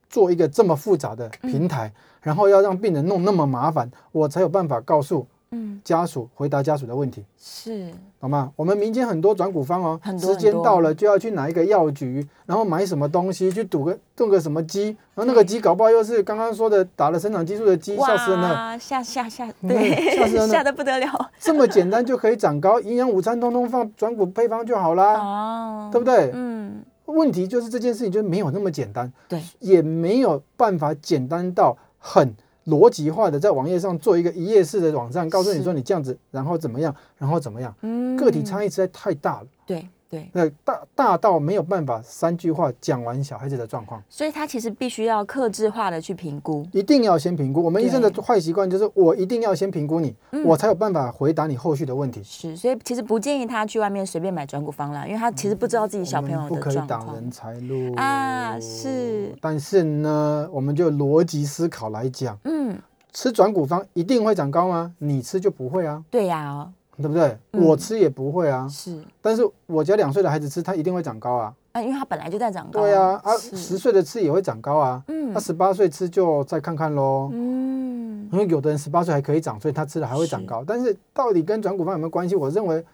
Speaker 3: 做一个这么复杂的平台，然后要让病人弄那么麻烦，我才有办法告诉
Speaker 2: 嗯，
Speaker 3: 家属回答家属的问题。
Speaker 2: 是，
Speaker 3: 好吗？我们民间很多转骨方哦，
Speaker 2: 很多
Speaker 3: 时间
Speaker 2: 很多
Speaker 3: 到了就要去哪一个药局，然后买什么东西去赌个炖个什么鸡，然后那个鸡搞不好又是刚刚说的打了生长激素的鸡，吓死人了！
Speaker 2: 哇，吓吓吓，
Speaker 3: 嗯
Speaker 2: 对，
Speaker 3: 吓 死人了
Speaker 2: 吓得不得了。
Speaker 3: 这么简单就可以长高，营养午餐通通放转骨配方就好啦，
Speaker 2: 哦，
Speaker 3: 对不对？
Speaker 2: 嗯，
Speaker 3: 问题就是这件事情就没有那么简单，
Speaker 2: 对，
Speaker 3: 也没有办法简单到很逻辑化的在网页上做一个一页式的网站，告诉你
Speaker 2: 是
Speaker 3: 说你这样子，然后怎么样，然后怎么样，
Speaker 2: 嗯，
Speaker 3: 个体差异实在太大了。
Speaker 2: 对，对，
Speaker 3: 那大大到没有办法三句话讲完小孩子的状况，
Speaker 2: 所以他其实必须要克制化的去评估。
Speaker 3: 一定要先评估。我们医生的坏习惯就是我一定要先评估你，
Speaker 2: 嗯
Speaker 3: 我才有办法回答你后续的问题。
Speaker 2: 是，所以其实不建议他去外面随便买转骨方啦，因为他其实不知道自己小朋友
Speaker 3: 嗯我们不
Speaker 2: 的
Speaker 3: 可以
Speaker 2: 状
Speaker 3: 挡
Speaker 2: 况
Speaker 3: 人。财路
Speaker 2: 啊是
Speaker 3: 但是呢，我们就逻辑思考来讲，
Speaker 2: 嗯，
Speaker 3: 吃转骨方一定会长高吗？你吃就不会啊，
Speaker 2: 对呀、哦，
Speaker 3: 对不对？我吃也不会啊，
Speaker 2: 是
Speaker 3: 但是我家两岁的孩子吃，他一定会长高啊。
Speaker 2: 啊，因为他本来就在长高。
Speaker 3: 对啊，啊，
Speaker 2: 哦是
Speaker 3: 十岁的吃也会长高啊，
Speaker 2: 嗯
Speaker 3: 那十八岁吃就再看看喽。
Speaker 2: 嗯，
Speaker 3: 因为有的人十八岁还可以长，所以他吃了还会长
Speaker 2: 是
Speaker 3: 高。但是到底跟转骨方有没有关系？我认为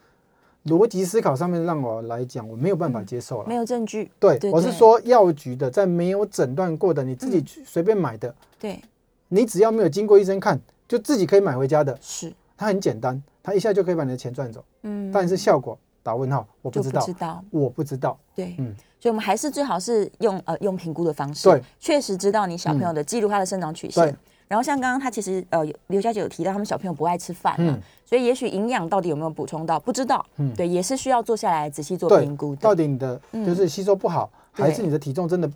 Speaker 3: 逻辑思考上面让我来讲，我没有办法接受
Speaker 2: 嗯
Speaker 3: 了。
Speaker 2: 没有证据。
Speaker 3: 对，
Speaker 2: 对
Speaker 3: 我是
Speaker 2: 对嗯
Speaker 3: 说药局的，在没有诊断过的，你自己去随便买的，
Speaker 2: 对，
Speaker 3: 你只要没有经过医生看，就自己可以买回家的。
Speaker 2: 是，
Speaker 3: 它很简单，它一下就可以把你的钱赚走。
Speaker 2: 嗯，
Speaker 3: 但是效果打问号，我不
Speaker 2: 就
Speaker 3: 知
Speaker 2: 不
Speaker 3: 道
Speaker 2: 知，道。
Speaker 3: 我不知道。
Speaker 2: 对，
Speaker 3: 嗯
Speaker 2: 所以我们还是最好是用呃用评估的方式，
Speaker 3: 对，嗯
Speaker 2: 确实知道你小朋友的记录他的生长曲线
Speaker 3: 对。
Speaker 2: 然后像刚刚他其实呃有刘小姐有提到，他们小朋友不爱吃饭嘛，
Speaker 3: 嗯
Speaker 2: 所以也许营养到底有没有补充到不知道，
Speaker 3: 嗯
Speaker 2: 对，也是需要坐下来仔细做
Speaker 3: 对
Speaker 2: 评估，的。
Speaker 3: 到底你的就是吸收不好，还是
Speaker 2: 嗯对
Speaker 3: 你的体重真的？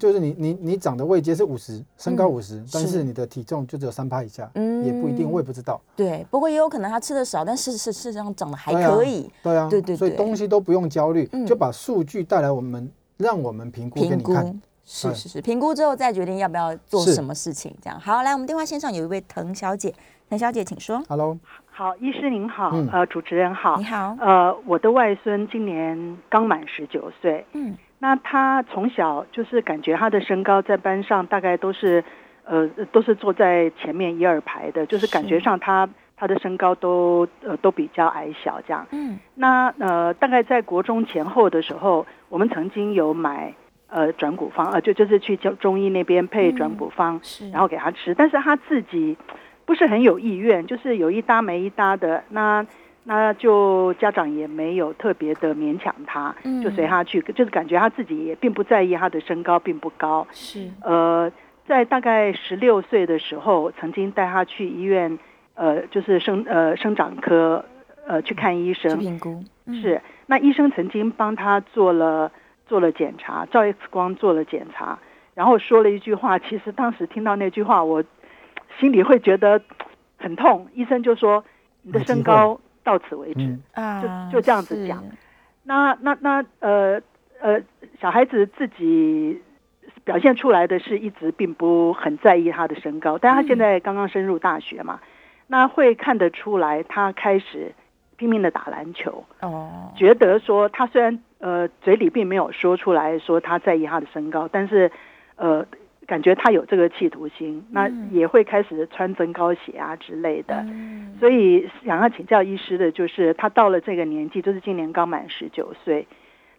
Speaker 3: 就是你你你长的位阶是五十，身高五十、但
Speaker 2: 嗯是
Speaker 3: 是你的体重就只有三趴以下，
Speaker 2: 嗯
Speaker 3: 也不一定，我也不知道。
Speaker 2: 对，不过也有可能他吃的少，但事实事实上长得还
Speaker 3: 对啊
Speaker 2: 可以，
Speaker 3: 对啊，
Speaker 2: 对对
Speaker 3: 所以
Speaker 2: 对
Speaker 3: 东西都不用焦虑，
Speaker 2: 嗯
Speaker 3: 就把数据带来我们，让我们评估给
Speaker 2: 评
Speaker 3: 你
Speaker 2: 估
Speaker 3: 看。
Speaker 2: 是
Speaker 3: 对
Speaker 2: 是是，评估之后再决定要不要做
Speaker 3: 是
Speaker 2: 什么事情，这样好。来，我们电话线上有一位滕小姐，滕小姐请说，
Speaker 3: Hello，
Speaker 5: 好，医师您好，
Speaker 3: 嗯
Speaker 5: 呃，主持人好
Speaker 2: 你，好，
Speaker 5: 呃，我的外孙今年刚满十九岁，
Speaker 2: 嗯，
Speaker 5: 那他从小就是感觉他的身高在班上大概都是，呃，都是坐在前面一二排的，就是感觉
Speaker 2: 是
Speaker 5: 上他他的身高都呃都比较矮小这样。
Speaker 2: 嗯
Speaker 5: 那呃，大概在国中前后的时候，我们曾经有买呃转骨方，呃就就是去中中医那边配转骨方，
Speaker 2: 嗯是
Speaker 5: 然后给他吃，但是他自己不是很有意愿，就是有一搭没一搭的，那那就家长也没有特别的勉强他，就随他去，就是感觉他自己也并不在意他的身高并不高，
Speaker 2: 是
Speaker 5: 呃，在大概十六岁的时候，曾经带他去医院，呃，就是生呃生长科呃去看医
Speaker 2: 去
Speaker 5: 生，
Speaker 2: 评估，嗯
Speaker 5: 是，那医生曾经帮他做了做了检查，照 X 光做了检查，然后说了一句话。其实当时听到那句话，我心里会觉得很痛。医生就说：“你的
Speaker 3: 没
Speaker 5: 身
Speaker 3: 机会
Speaker 5: 高到此为止。
Speaker 3: 嗯，
Speaker 2: 啊
Speaker 5: 就就这样子讲那那那呃呃，小孩子自己表现出来的是一直并不很在意他的身高，但
Speaker 3: 嗯
Speaker 5: 他现在刚刚升入大学嘛，那会看得出来，他开始拼命的打篮球。
Speaker 2: 是哦，
Speaker 5: 觉得说他虽然呃嘴里并没有说出来说他在意他的身高，但是呃感觉他有这个企图心，那也会开始穿增高鞋啊之类的。
Speaker 2: 嗯
Speaker 5: 所以想要请教医师的就是，他到了这个年纪，就是今年刚满十九岁，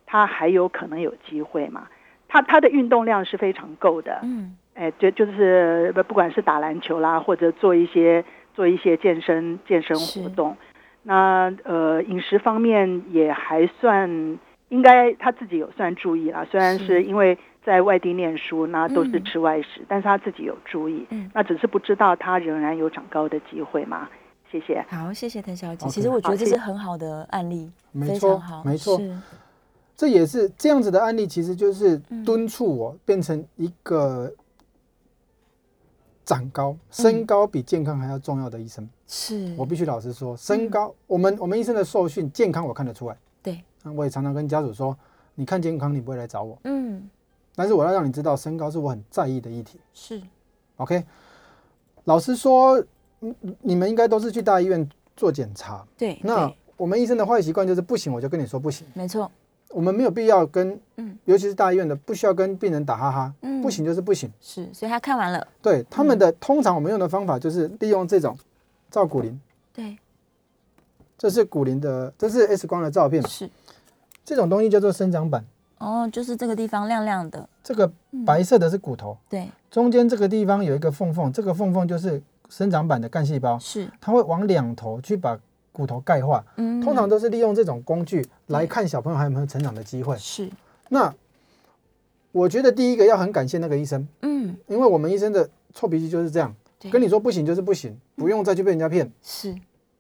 Speaker 5: 他还有可能有机会嘛？他他的运动量是非常够的，
Speaker 2: 嗯
Speaker 5: 哎，就就是不不管是打篮球啦，或者做一些做一些健身健身活动，那呃饮食方面也还算，应该他自己有算注意啦。虽然
Speaker 2: 是
Speaker 5: 是因为在外地念书，那都是
Speaker 2: 嗯
Speaker 5: 吃外食，但是他自己有注意，
Speaker 2: 嗯
Speaker 5: 那只是不知道他仍然有长高的机会嘛。谢谢。
Speaker 2: 好，谢谢滕小姐。
Speaker 3: OK
Speaker 2: 其实我觉得
Speaker 5: 好
Speaker 2: 这
Speaker 5: 谢
Speaker 2: 是
Speaker 5: 谢
Speaker 2: 很好的案例，
Speaker 3: 没
Speaker 2: 非
Speaker 3: 错
Speaker 2: 常好，
Speaker 3: 没错，
Speaker 2: 是
Speaker 3: 这也是这样子的案例，其实就是
Speaker 2: 嗯
Speaker 3: 敦促我变成一个长
Speaker 2: 嗯
Speaker 3: 高、身高比健康还要重要的医生。
Speaker 2: 是，
Speaker 3: 我必须老实
Speaker 2: 嗯
Speaker 3: 说，身高，我们我们医生的受训，健康我看得出来。
Speaker 2: 对，
Speaker 3: 那我也常常跟家属说，你看健康，你不会来找我，
Speaker 2: 嗯
Speaker 3: 但是我要让你知道，身高是我很在意的议题。
Speaker 2: 是
Speaker 3: OK，老实说，你你们应该都是去大医院做检查。
Speaker 2: 对，
Speaker 3: 那
Speaker 2: 对
Speaker 3: 我们医生的坏习惯就是不行，我就跟你说不行。
Speaker 2: 没错，
Speaker 3: 我们没有必要跟，
Speaker 2: 嗯
Speaker 3: 尤其是大医院的，不需要跟病人打哈哈，
Speaker 2: 嗯
Speaker 3: 不行就是不行。
Speaker 2: 是，所以他看完了，
Speaker 3: 对他们的、通常我们用的方法就是利用这种照骨龄，
Speaker 2: 对，
Speaker 3: 这是骨龄的，这是 X 光的照片，
Speaker 2: 是，
Speaker 3: 这种东西叫做生长板，
Speaker 2: 哦，就是这个地方亮亮的，
Speaker 3: 这个
Speaker 2: 嗯
Speaker 3: 白色的是骨头，
Speaker 2: 对，
Speaker 3: 中间这个地方有一个缝缝，这个缝缝就是生长板的干细胞，
Speaker 2: 是，
Speaker 3: 它会往两头去把骨头钙化。
Speaker 2: 嗯
Speaker 3: 通常都是利用这种工具来看小朋友还有没有成长的机会。
Speaker 2: 是，
Speaker 3: 那我觉得第一个要很感谢那个医生，
Speaker 2: 嗯，
Speaker 3: 因为我们医生的臭脾气就是这样
Speaker 2: 对，
Speaker 3: 跟你说不行就是不行，不用再去被人家骗。
Speaker 2: 是，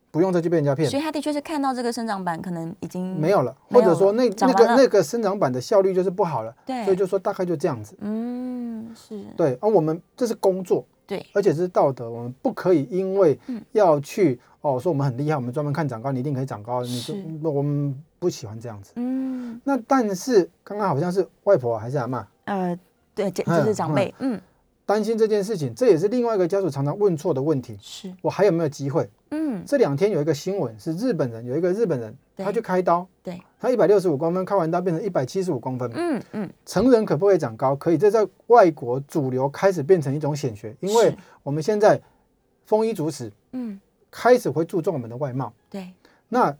Speaker 3: 不用再去被人家骗
Speaker 2: 所，以他的确是看到这个生长板可能已经
Speaker 3: 没有了，
Speaker 2: 没
Speaker 3: 或
Speaker 2: 有
Speaker 3: 者说
Speaker 2: 了
Speaker 3: 那
Speaker 2: 长
Speaker 3: 那
Speaker 2: 完
Speaker 3: 个
Speaker 2: 了
Speaker 3: 那个生长板的效率就是不好了，
Speaker 2: 对
Speaker 3: 所以就说大概就这样子。
Speaker 2: 嗯，是
Speaker 3: 对，啊而、我们这是工作，
Speaker 2: 对，
Speaker 3: 而且这是道德，我们不可以因为
Speaker 2: 嗯
Speaker 3: 要去、哦说我们很厉害，我们专门看长高，你一定可以长高，你就是我们不喜欢这样子。
Speaker 2: 嗯
Speaker 3: 那但是刚刚好像是外婆还是阿嬷
Speaker 2: 呃，对，这就是长辈，嗯，
Speaker 3: 担心这件事情，这也是另外一个家属常常问错的问题。
Speaker 2: 是，
Speaker 3: 我还有没有机会？
Speaker 2: 嗯，
Speaker 3: 这两天有一个新闻是日本人，有一个日本人
Speaker 2: 对
Speaker 3: 他去开刀，
Speaker 2: 对，
Speaker 3: 他一百六十五公分，开完刀变成一百七十五公分嘛。
Speaker 2: 嗯嗯，
Speaker 3: 成人可不可以长高？可以，这在外国主流开始变成一种显学，因为
Speaker 2: 是
Speaker 3: 我们现在丰衣足食，
Speaker 2: 嗯，
Speaker 3: 开始会注重我们的外貌。
Speaker 2: 对，
Speaker 3: 那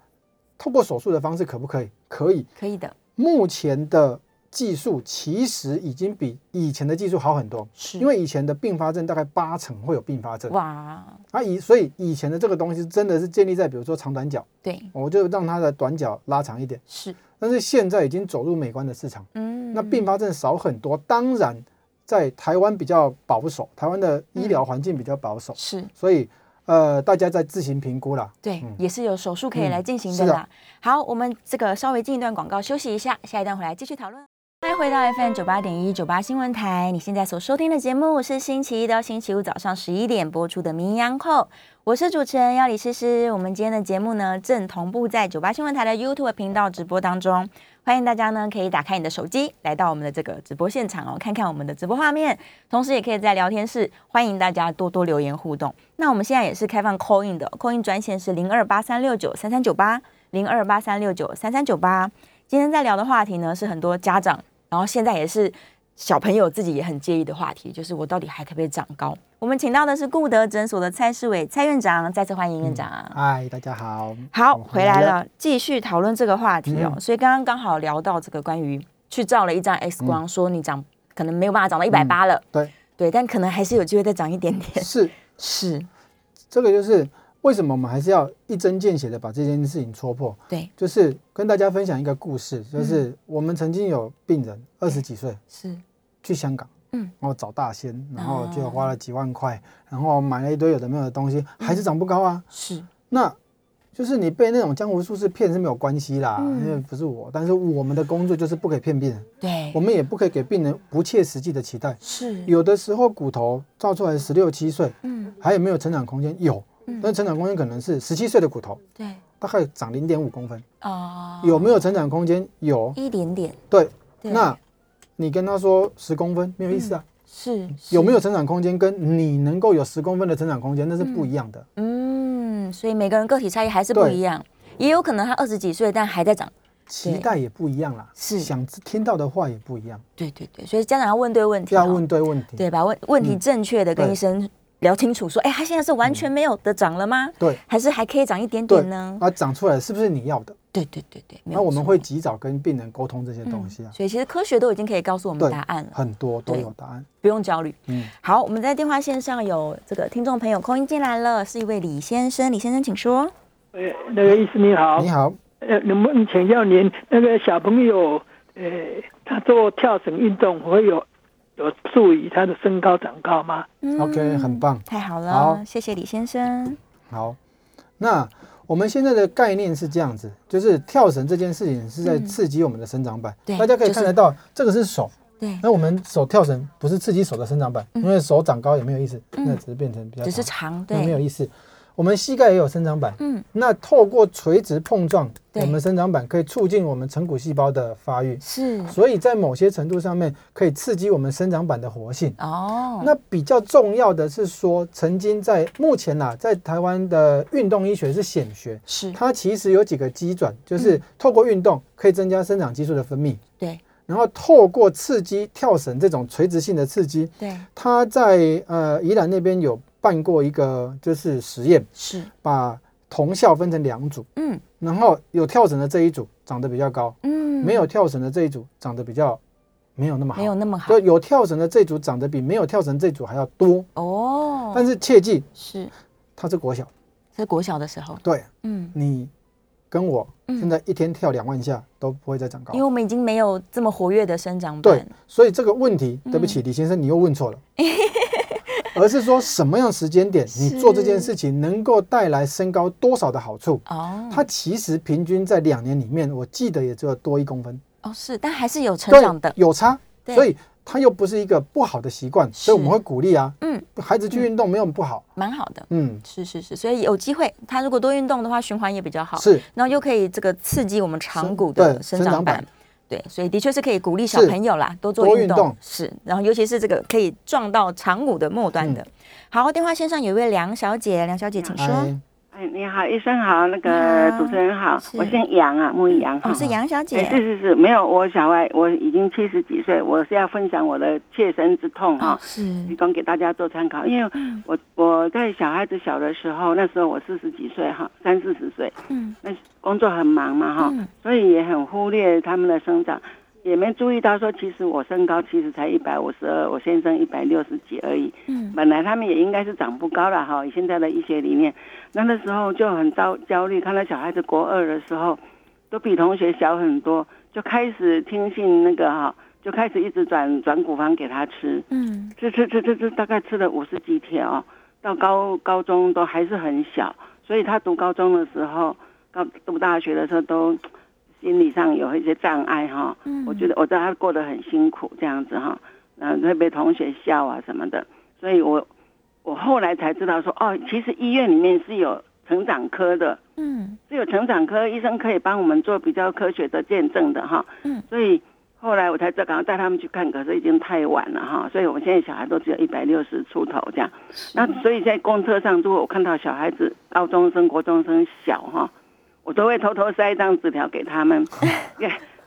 Speaker 3: 透过手术的方式可不可以？可以。
Speaker 2: 可以的，
Speaker 3: 目前的技术其实已经比以前的技术好很多，
Speaker 2: 是
Speaker 3: 因为以前的并发症大概八成会有并发症，
Speaker 2: 哇，
Speaker 3: 啊以所以以前的这个东西真的是建立在比如说长短脚，
Speaker 2: 对，
Speaker 3: 我就让它的短脚拉长一点。
Speaker 2: 是，
Speaker 3: 但是现在已经走入美观的市场，
Speaker 2: 嗯，
Speaker 3: 那并发症少很多。当然，在台湾比较保守，台湾的医
Speaker 2: 嗯
Speaker 3: 疗环境比较保守，
Speaker 2: 是
Speaker 3: 所以呃大家在自行评估啦。
Speaker 2: 对，也是有手术可以
Speaker 3: 嗯
Speaker 2: 来进行
Speaker 3: 是
Speaker 2: 的
Speaker 3: 的
Speaker 2: 啦。好，我们这个稍微进一段广告休息一下，下一段回来继续讨论。欢迎回到 FM 九八点一九八新闻台，你现在所收听的节目是星期一到星期五早上十一点播出的《名扬后》，我是主持人要李诗诗。我们今天的节目呢，正同步在九八新闻台的 YouTube 频道直播当中，欢迎大家呢可以打开你的手机，来到我们的这个直播现场哦，看看我们的直播画面，同时也可以在聊天室，欢迎大家多多留言互动。那我们现在也是开放 call in 的，call in 专线是零二八三六九三三九八零二八三六九三三九八。今天在聊的话题呢是很多家长，然后现在也是小朋友自己也很介意的话题，就是我到底还可不可以长高？我们请到的是顾德诊所的蔡世伟蔡院长，再次欢迎院长。
Speaker 3: 嗨，大家好，
Speaker 2: 好，
Speaker 3: 我
Speaker 2: 回来。了，继续讨论这个话题哦。
Speaker 3: 嗯
Speaker 2: 所以刚刚刚好聊到这个关于去照了一张 X 光，说你长可能没有办法长到一百八了，
Speaker 3: 嗯对，
Speaker 2: 对，但可能还是有机会再长一点 点。
Speaker 3: 是
Speaker 2: 是，
Speaker 3: 这个就是为什么我们还是要一针见血的把这件事情戳破。
Speaker 2: 对，嗯
Speaker 3: 就是跟大家分享一个故事，就是我们曾经有病人二十几岁
Speaker 2: 是，
Speaker 3: 去香港，
Speaker 2: 嗯哦
Speaker 3: 然后找大仙，然后就花了几万块，然后买了一堆有的没有的东西，
Speaker 2: 嗯
Speaker 3: 还是长不高啊。
Speaker 2: 是，
Speaker 3: 那就是你被那种江湖术士骗是没有关系啦，
Speaker 2: 嗯
Speaker 3: 因为不是我，但是我们的工作就是不可以骗病人，
Speaker 2: 对
Speaker 3: 我，们也不可以给病人不切实际的期待。
Speaker 2: 是，
Speaker 3: 有的时候骨头照出来十六七岁，
Speaker 2: 嗯，
Speaker 3: 还有没有成长空间？有，但成长空间可能是十七岁的骨头，
Speaker 2: 对，
Speaker 3: 大概长零点五公分，
Speaker 2: 啊、
Speaker 3: 有没有成长空间？有，
Speaker 2: 一点点，
Speaker 3: 对，
Speaker 2: 对嗯
Speaker 3: 那你跟他说十公分没有意思啊，
Speaker 2: 是，
Speaker 3: 有没
Speaker 2: 有？
Speaker 3: 有成长空间跟你能够有十公分的成长空间那是不一样的，
Speaker 2: 嗯，所以每个人个体差异还是不
Speaker 3: 对
Speaker 2: 一样，也有可能他二十几岁但还在长。
Speaker 3: 期待也不一样啦，
Speaker 2: 是
Speaker 3: 想听到的话也不一样，
Speaker 2: 对对对，所以家长要问对问题、哦，
Speaker 3: 要问对问题，嗯
Speaker 2: 对，把问问题正确的跟
Speaker 3: 对嗯
Speaker 2: 医生聊清楚，说，哎，他现在是完全没有的长了吗？
Speaker 3: 对
Speaker 2: 还是还可以长一点
Speaker 3: 对
Speaker 2: 点呢？
Speaker 3: 啊，长出来是不是你要的？
Speaker 2: 对对对对，没有
Speaker 3: 那我们
Speaker 2: 错
Speaker 3: 会及早跟病人沟通这些东西啊，
Speaker 2: 所以其实科学都已经可以告诉我们
Speaker 3: 对
Speaker 2: 答案了，
Speaker 3: 很多
Speaker 2: 嗯
Speaker 3: 都
Speaker 2: 对
Speaker 3: 有答案，
Speaker 2: 不用焦虑。
Speaker 3: 嗯，
Speaker 2: 好，我们在电话线上有这个听众朋友空音进来了，是一位李先生，李先生请说。
Speaker 5: 呃，那个医师你好，
Speaker 3: 你好，
Speaker 5: 呃，能不能请教您那个小朋友，呃，他做跳绳运动会有有助于他的身高长高吗？
Speaker 2: 嗯
Speaker 3: OK，很棒
Speaker 2: 太好了，
Speaker 3: 好
Speaker 2: 谢谢李先生。
Speaker 3: 好，那我们现在的概念是这样子，就是跳绳这件事情是在刺激我们的生长板，
Speaker 2: 嗯对
Speaker 3: 大家可以
Speaker 2: 就是
Speaker 3: 看得到，这个是手。
Speaker 2: 对，嗯
Speaker 3: 那我们手跳绳不是刺激手的生长板，因为手长高也没有意思，那只是变成比较
Speaker 2: 只
Speaker 3: 长，
Speaker 2: 是长，
Speaker 3: 那没有
Speaker 2: 对，
Speaker 3: 意思。我们膝盖也有生长板，
Speaker 2: 嗯，
Speaker 3: 那透过垂直碰撞，
Speaker 2: 对
Speaker 3: 我们生长板可以促进我们成骨细胞的发育，
Speaker 2: 是
Speaker 3: 所以在某些程度上面可以刺激我们生长板的活性。
Speaker 2: 哦，
Speaker 3: 那比较重要的是说，曾经在目前呐、在台湾的运动医学是显学，
Speaker 2: 是
Speaker 3: 它其实有几个机转，
Speaker 2: 嗯
Speaker 3: 就是透过运动可以增加生长激素的分泌，
Speaker 2: 对
Speaker 3: 然后透过刺激跳绳这种垂直性的刺激，
Speaker 2: 对
Speaker 3: 他在呃宜兰那边有办过一个就是实验，
Speaker 2: 是，
Speaker 3: 把同校分成两组，
Speaker 2: 嗯
Speaker 3: 然后有跳绳的这一组长得比较高，
Speaker 2: 嗯，
Speaker 3: 没有跳绳的这一组长得比较没有那么好，
Speaker 2: 没有那么好
Speaker 3: 就有跳绳的这一组长得比没有跳绳这一组还要多，
Speaker 2: 哦，
Speaker 3: 但是切记
Speaker 2: 是
Speaker 3: 它是国小，
Speaker 2: 在国小的时候，
Speaker 3: 对
Speaker 2: 嗯，
Speaker 3: 你跟我
Speaker 2: 嗯
Speaker 3: 现在一天跳两万下都不会再长高
Speaker 2: 因为。我们已经没有这么活跃的生长
Speaker 3: 对
Speaker 2: 板，，嗯
Speaker 3: 所以这个问题，对不起，李先生，你又问错了。而是说什么样时间点你做这件事情能够带来身高多少的好处。
Speaker 2: 哦，
Speaker 3: 它其实平均在两年里面，我记得也只有多一公分，
Speaker 2: 哦是，但还是有成
Speaker 3: 对
Speaker 2: 长的，
Speaker 3: 有差，
Speaker 2: 对
Speaker 3: 所以它又不是一个不好的习惯，
Speaker 2: 是
Speaker 3: 所以我们会鼓励啊，
Speaker 2: 嗯，
Speaker 3: 孩子去运动没有不好，
Speaker 2: 蛮好的。
Speaker 3: 嗯，
Speaker 2: 是是是，所以有机会，他如果多运动的话，循环也比较好，
Speaker 3: 是
Speaker 2: 然后又可以这个刺激我们长
Speaker 3: 生
Speaker 2: 骨的
Speaker 3: 对
Speaker 2: 生
Speaker 3: 生
Speaker 2: 长
Speaker 3: 长
Speaker 2: 板
Speaker 3: 板。
Speaker 2: 对，所以的确是可以鼓励小
Speaker 3: 是
Speaker 2: 朋友啦，多做
Speaker 3: 多
Speaker 2: 运
Speaker 3: 运
Speaker 2: 动
Speaker 3: 动
Speaker 2: 是，然后尤其是这个可以撞到长骨的末端
Speaker 3: 嗯
Speaker 2: 的。好，电话线上有一位梁小姐，梁小姐，请说。
Speaker 3: 哎，
Speaker 6: 哎，你好，医生好，那
Speaker 2: 你
Speaker 6: 个
Speaker 2: 好
Speaker 6: 主持人好
Speaker 2: 是，
Speaker 6: 我姓杨啊，木易杨哈。
Speaker 2: 我哦是杨小
Speaker 6: 哎，是
Speaker 2: 姐。
Speaker 6: 是是，没有，我小孩我已经七十几岁，我是要分享我的切身之痛哈、提
Speaker 2: 哦是
Speaker 6: 供给大家做参
Speaker 2: 嗯
Speaker 6: 考。因为我我在小孩子小的时候，那时候我四十几岁哈，三四十岁，
Speaker 2: 嗯，
Speaker 6: 那工作很忙嘛哈、
Speaker 2: 嗯
Speaker 6: 所以也很忽略他们的生长，也没注意到说，其实我身高其实才一百五十二，我先生一百六十几而已。
Speaker 2: 嗯
Speaker 6: 本来他们也应该是长不高了哈，以现在的医学理念，那那时候就很焦焦虑，看到小孩子国二的时候，都比同学小很多，就开始听信那个哈，就开始一直转转骨方给他吃，
Speaker 2: 嗯
Speaker 6: 吃吃吃吃吃，大概吃了五十几天哦，到高高中都还是很小，所以他读高中的时候，高读大学的时候都心理上有一些障碍哈、
Speaker 2: 嗯
Speaker 6: 我觉得我知道他过得很辛苦这样子哈，嗯、会被同学笑啊什么的，所以我我后来才知道说，哦，其实医院里面是有成长科的，
Speaker 2: 嗯
Speaker 6: 是有成长科医生可以帮我们做比较科学的见证的哈。
Speaker 2: 嗯，
Speaker 6: 所以后来我才知道，赶快带他们去看，可是已经太晚了哈。所以我们现在小孩都只有一百六十出头这样。那所以在公车上，如果我看到小孩子高中生、国中生小哈，我都会偷偷塞一张纸条给 他们，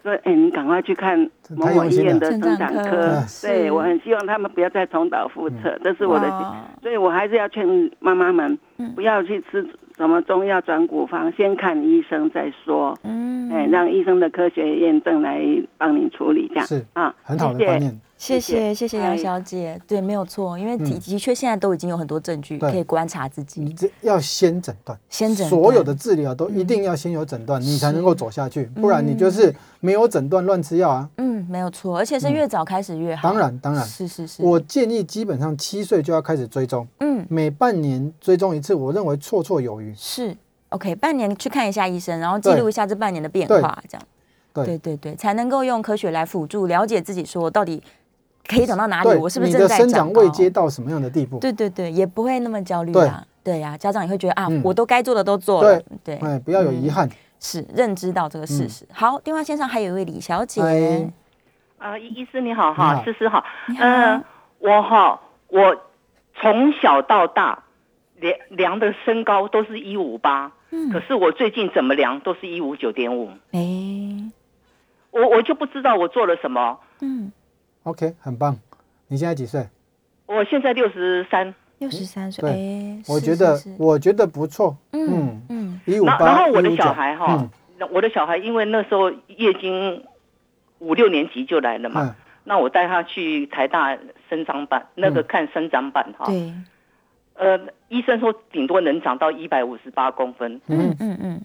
Speaker 6: 说：“哎，你赶快去看某某医院的
Speaker 2: 真
Speaker 6: 成
Speaker 2: 的
Speaker 6: 长
Speaker 2: 很可
Speaker 6: 科
Speaker 3: 啊
Speaker 2: 爱。”
Speaker 6: 对
Speaker 2: 是
Speaker 6: 我很希望他们不要再重蹈覆
Speaker 3: 嗯
Speaker 6: 辙，这是我的
Speaker 2: 哇
Speaker 6: 所以我还是要劝妈妈们
Speaker 2: 哦嗯
Speaker 6: 不要去吃什么中药转骨方，先看医生再说，
Speaker 2: 嗯，
Speaker 6: 哎，让医生的科学验证来帮你处理，这样
Speaker 3: 是
Speaker 6: 啊，
Speaker 3: 很好的
Speaker 6: 谢谢
Speaker 3: 观念，
Speaker 2: 谢
Speaker 6: 谢
Speaker 2: 谢
Speaker 6: 谢
Speaker 2: 谢谢杨
Speaker 6: 哎
Speaker 2: 小姐，对，没有错，因为的
Speaker 3: 嗯
Speaker 2: 的确现在都已经有很多证据
Speaker 3: 对
Speaker 2: 可以观察自己
Speaker 3: 你，这要先诊断，
Speaker 2: 先诊
Speaker 3: 所有
Speaker 2: 断
Speaker 3: 的治疗都一定要先有诊断，你才能够走下去，不然你
Speaker 2: 嗯
Speaker 3: 就是没有诊断乱吃药啊。
Speaker 2: 嗯，没有错，而且是越早开始越好。
Speaker 3: 当然，当然，
Speaker 2: 啊是是是，
Speaker 3: 我建议基本上七岁就要开始追踪，
Speaker 2: 嗯
Speaker 3: 每半年追踪一次，我认为绰绰有余。
Speaker 2: 是 OK，半年去看一下医生，然后记录一下这半年的变化，这样。
Speaker 3: 对
Speaker 2: 对对对，才能够用科学来辅助了解自己，说我到底可以长到哪里，
Speaker 3: 对，
Speaker 2: 我是不是
Speaker 3: 你
Speaker 2: 正
Speaker 3: 的
Speaker 2: 在
Speaker 3: 生
Speaker 2: 长
Speaker 3: 长
Speaker 2: 高啊
Speaker 3: 未接到什么样的地步？
Speaker 2: 对对对，也不会那么焦虑啦。对呀、家长也会觉得啊，
Speaker 3: 嗯
Speaker 2: 我都该做的都做了，对，
Speaker 3: 哎，不要有遗
Speaker 2: 嗯
Speaker 3: 憾。
Speaker 2: 是认知到这个事实。好，电话线上还有一位李小姐，
Speaker 3: 嗯哎
Speaker 7: 呃，医医师你好
Speaker 3: 你
Speaker 7: 哈
Speaker 3: 好，
Speaker 7: 思思好，
Speaker 2: 你好
Speaker 7: 呃，我哈，我从小到大量量的身高都是一五八，
Speaker 2: 嗯
Speaker 7: 可是我最近怎么量都是一五九点五，
Speaker 2: 哎、
Speaker 7: 我我就不知道我做了什么。
Speaker 2: 嗯，
Speaker 3: OK，很棒。你现在几岁？
Speaker 7: 我现在六十三，
Speaker 2: 六十三岁，
Speaker 3: 对
Speaker 2: 哎、
Speaker 3: 我
Speaker 2: 是
Speaker 3: 觉得
Speaker 2: 是是，
Speaker 3: 我觉得不错。
Speaker 2: 嗯
Speaker 3: 嗯，
Speaker 2: 嗯，
Speaker 3: 一五
Speaker 7: 然
Speaker 3: 八，
Speaker 7: 然后我的
Speaker 3: 159
Speaker 7: 小孩哈
Speaker 3: 嗯，
Speaker 7: 我的小孩因为那时候月经五六年级就来了嘛，
Speaker 3: 嗯，
Speaker 7: 那我带他去台大生长板那个
Speaker 3: 嗯
Speaker 7: 看生长板哈，
Speaker 2: 对，
Speaker 7: 呃，医生说顶多能长到一百五十八公分。
Speaker 2: 嗯
Speaker 3: 嗯
Speaker 2: 嗯嗯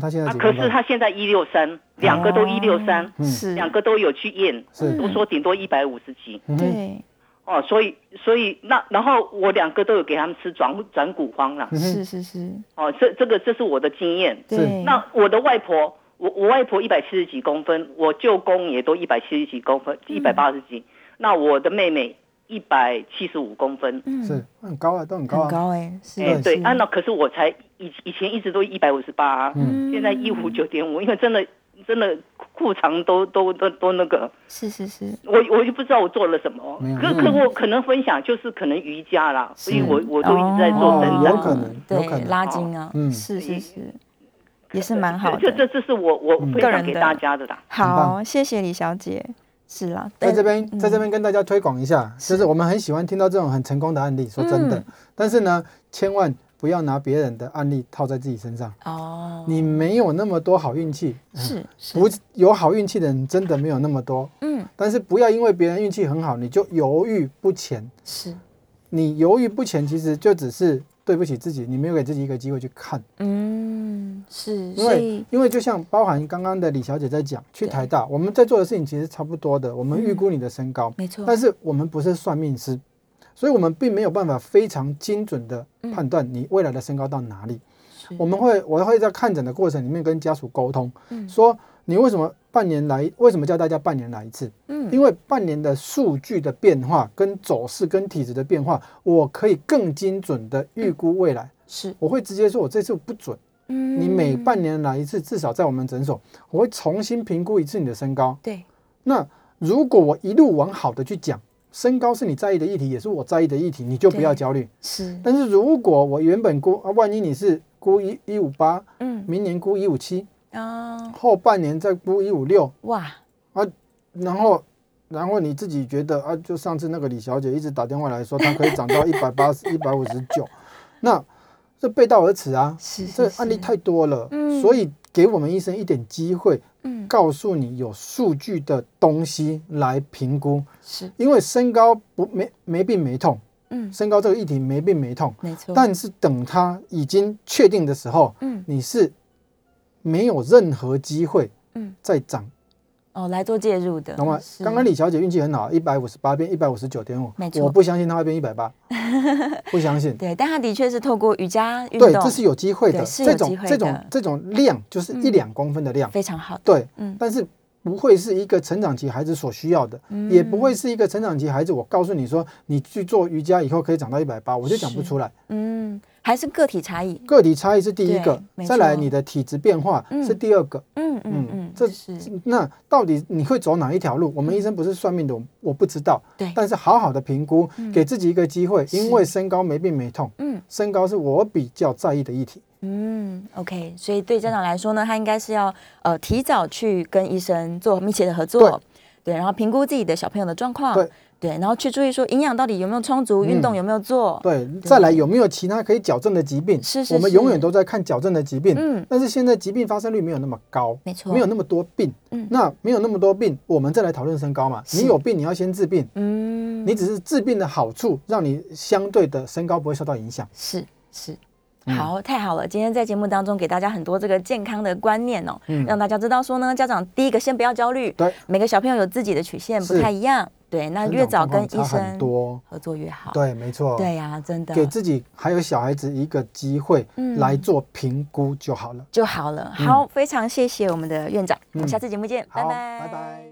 Speaker 3: 他现在
Speaker 7: 啊，
Speaker 3: 几
Speaker 7: 可
Speaker 3: 公分
Speaker 7: 是他现在一六三，
Speaker 3: 哦
Speaker 7: 两个都一六三，
Speaker 3: 嗯
Speaker 2: 是，
Speaker 7: 两个都有去验，
Speaker 3: 是
Speaker 7: 都说顶多一百五十几
Speaker 3: 嗯哼
Speaker 2: 对，
Speaker 7: 哦，所以所以那然后我两个都有给他们吃转转骨方了
Speaker 3: 嗯
Speaker 2: 是
Speaker 3: 哼
Speaker 2: 是是，
Speaker 7: 哦，这这个这是我的经验。
Speaker 3: 是
Speaker 2: 对，
Speaker 7: 那我的外婆，我我外婆一百七十几公分，我舅公也都一百七十几公分，一百八十几，那我的妹妹一百七十五公分，
Speaker 2: 嗯
Speaker 3: 是很高啊，都很高
Speaker 2: 很
Speaker 3: 啊。
Speaker 2: 高哎，是
Speaker 7: 哎、
Speaker 2: 是
Speaker 7: 对，啊，那可是我才以以前一直都一百五十八，啊
Speaker 3: 嗯
Speaker 7: 现在一五九点五，因为真的真的裤长都都都都那个，
Speaker 2: 是是是，
Speaker 7: 我我就不知道我做了什么
Speaker 3: 没有，
Speaker 7: 可
Speaker 3: 嗯
Speaker 7: 可我可能分享就是可能瑜伽啦，所以我我都一直在
Speaker 2: 哦
Speaker 7: 做伸展
Speaker 3: 有可能有可
Speaker 2: 对，
Speaker 3: 能
Speaker 2: 拉筋啊，
Speaker 3: 嗯
Speaker 2: 是是是，也是蛮好
Speaker 7: 这这
Speaker 2: 的。
Speaker 7: 这是我我
Speaker 3: 嗯
Speaker 7: 分享给大家的啦。
Speaker 3: 很
Speaker 2: 好，谢谢李小姐，是啦，
Speaker 3: 在
Speaker 2: 对
Speaker 3: 这边，在这，边
Speaker 2: 嗯
Speaker 3: 跟大家推广一下，就是我们很喜欢听到这种很成功的案例，说真的
Speaker 2: 嗯，
Speaker 3: 但是呢，千万不要拿别人的案例套在自己身上，
Speaker 2: 哦，
Speaker 3: 你没有那么多好运气，
Speaker 2: 是是，
Speaker 3: 嗯不有好运气的人真的没有那么多，
Speaker 2: 嗯，
Speaker 3: 但是不要因为别人运气很好你就犹豫不前，
Speaker 2: 是，
Speaker 3: 你犹豫不前其实就只是对不起自己，你没有给自己一个机会去看，
Speaker 2: 嗯，是，
Speaker 3: 因
Speaker 2: 所以
Speaker 3: 为因为就像包含刚刚的李小姐在讲，去台大我
Speaker 2: 嗯
Speaker 3: 们在做的事情其实差不多的，我们预估你的身高，
Speaker 2: 没错，
Speaker 3: 但是我们不是算命师，所以我们并没有办法非常精准的判断你未来的身高到哪里。
Speaker 2: 嗯是
Speaker 3: 我们会我会在看诊的过程里面跟家属沟通，
Speaker 2: 嗯
Speaker 3: 说你为什么半年来，为什么叫大家半年来一次？
Speaker 2: 嗯
Speaker 3: 因为半年的数据的变化、跟走势、跟体质的变化，我可以更精准的预估未来。
Speaker 2: 是，
Speaker 3: 我会直接说，我这次不准。
Speaker 2: 嗯
Speaker 3: 你每半年来一次，至少在我们诊所，我会重新评估一次你的身高。
Speaker 2: 对，
Speaker 3: 那如果我一路往好的去讲，身高是你在意的议题，也是我在意的议题，你就不要
Speaker 2: 对
Speaker 3: 焦虑。
Speaker 2: 是，
Speaker 3: 但是如果我原本估啊，万一你是估一一五八，
Speaker 2: 嗯
Speaker 3: 明年估一五七，
Speaker 2: 啊，
Speaker 3: 后半年再估一五六，
Speaker 2: 哇，
Speaker 3: 然后然后你自己觉得啊，就上次那个李小姐一直打电话来说，她可以涨 到一百八十、一百五十九，那这背道而驰啊，
Speaker 2: 是是
Speaker 3: 这案例
Speaker 2: 是
Speaker 3: 太多了，
Speaker 2: 嗯
Speaker 3: 所以给我们医生一点机会，
Speaker 2: 嗯
Speaker 3: 告诉你有数据的东西来评估，
Speaker 2: 是，
Speaker 3: 因为身高不没没病没痛，
Speaker 2: 嗯
Speaker 3: 身高这个议题没病没痛，
Speaker 2: 没错，
Speaker 3: 但是等他已经确定的时候，
Speaker 2: 嗯
Speaker 3: 你是没有任何机会
Speaker 2: 嗯
Speaker 3: 再涨，
Speaker 2: 哦来做介入的，
Speaker 3: 懂吗？
Speaker 2: 是
Speaker 3: 刚刚李小姐运气很好，一百五十八变一百五十九点五
Speaker 2: 没，错
Speaker 3: 我不相信她会变一 百八，不相信。
Speaker 2: 对，但他的确是透过瑜伽运动，
Speaker 3: 对，这是有机会的，
Speaker 2: 对是有
Speaker 3: 这种
Speaker 2: 机会
Speaker 3: 这
Speaker 2: 的嗯
Speaker 3: 种这种量就是一两公分的量，
Speaker 2: 非常好的，
Speaker 3: 对，
Speaker 2: 嗯
Speaker 3: 但是不会是一个成长期孩子所需要的，
Speaker 2: 嗯
Speaker 3: 也不会是一个成长期孩子。我告诉你说，你去做瑜伽以后可以长到一百八，我就讲不出来。
Speaker 2: 嗯，还是个体差异，
Speaker 3: 个体差异是第一
Speaker 2: 对
Speaker 3: 个
Speaker 2: 没，
Speaker 3: 再来
Speaker 2: 错
Speaker 3: 你的体质变化
Speaker 2: 嗯
Speaker 3: 是第二个。
Speaker 2: 嗯嗯
Speaker 3: 嗯
Speaker 2: 嗯，
Speaker 3: 这
Speaker 2: 是
Speaker 3: 那到底你会走哪一条路？我们医生不是算命的，我我不知道。
Speaker 2: 对
Speaker 3: 但是好好的评估，给自己一个机会，因为身高没病没痛。
Speaker 2: 嗯，
Speaker 3: 身高是我比较在意的议题。
Speaker 2: 嗯，OK，所以对家长来说呢，他应该是要呃提早去跟医生做密切的合作，对，然后评估自己的小朋友的状况，
Speaker 3: 对嗯
Speaker 2: 对，然后去注意说营养到底有没有充足，运动有没有做，
Speaker 3: 对，再来有没有其他可以矫正的疾病？
Speaker 2: 是是
Speaker 3: 我们
Speaker 2: 是
Speaker 3: 永远都在看矫正的疾病。
Speaker 2: 嗯
Speaker 3: 但是现在疾病发生率没有那么高，
Speaker 2: 没错
Speaker 3: 没有那么多病。
Speaker 2: 嗯
Speaker 3: 那没有那么多病，我们再来讨论身高嘛。
Speaker 2: 是
Speaker 3: 你有病，你要先治病。
Speaker 2: 嗯，
Speaker 3: 你只是治病的好处，让你相对的身高不会受到影响。
Speaker 2: 是是。
Speaker 3: 嗯
Speaker 2: 好，太好了！今天在节目当中给大家很多这个健康的观念哦，
Speaker 3: 嗯
Speaker 2: 让大家知道说呢，家长第一个先不要焦虑，
Speaker 3: 对，
Speaker 2: 每个小朋友有自己的曲线，不
Speaker 3: 是
Speaker 2: 太一样，对，那啊
Speaker 3: 成
Speaker 2: 越
Speaker 3: 长
Speaker 2: 早
Speaker 3: 状
Speaker 2: 跟
Speaker 3: 况
Speaker 2: 医
Speaker 3: 差很
Speaker 2: 生
Speaker 3: 多。
Speaker 2: 合作越好，
Speaker 3: 对，没错。
Speaker 2: 对呀、真的
Speaker 3: 给自己还有小孩子一个机会
Speaker 2: 嗯
Speaker 3: 来做评估就好了。
Speaker 2: 嗯就好了。好，非常谢谢我们的院长，我们下次节目见，拜
Speaker 3: 好，拜拜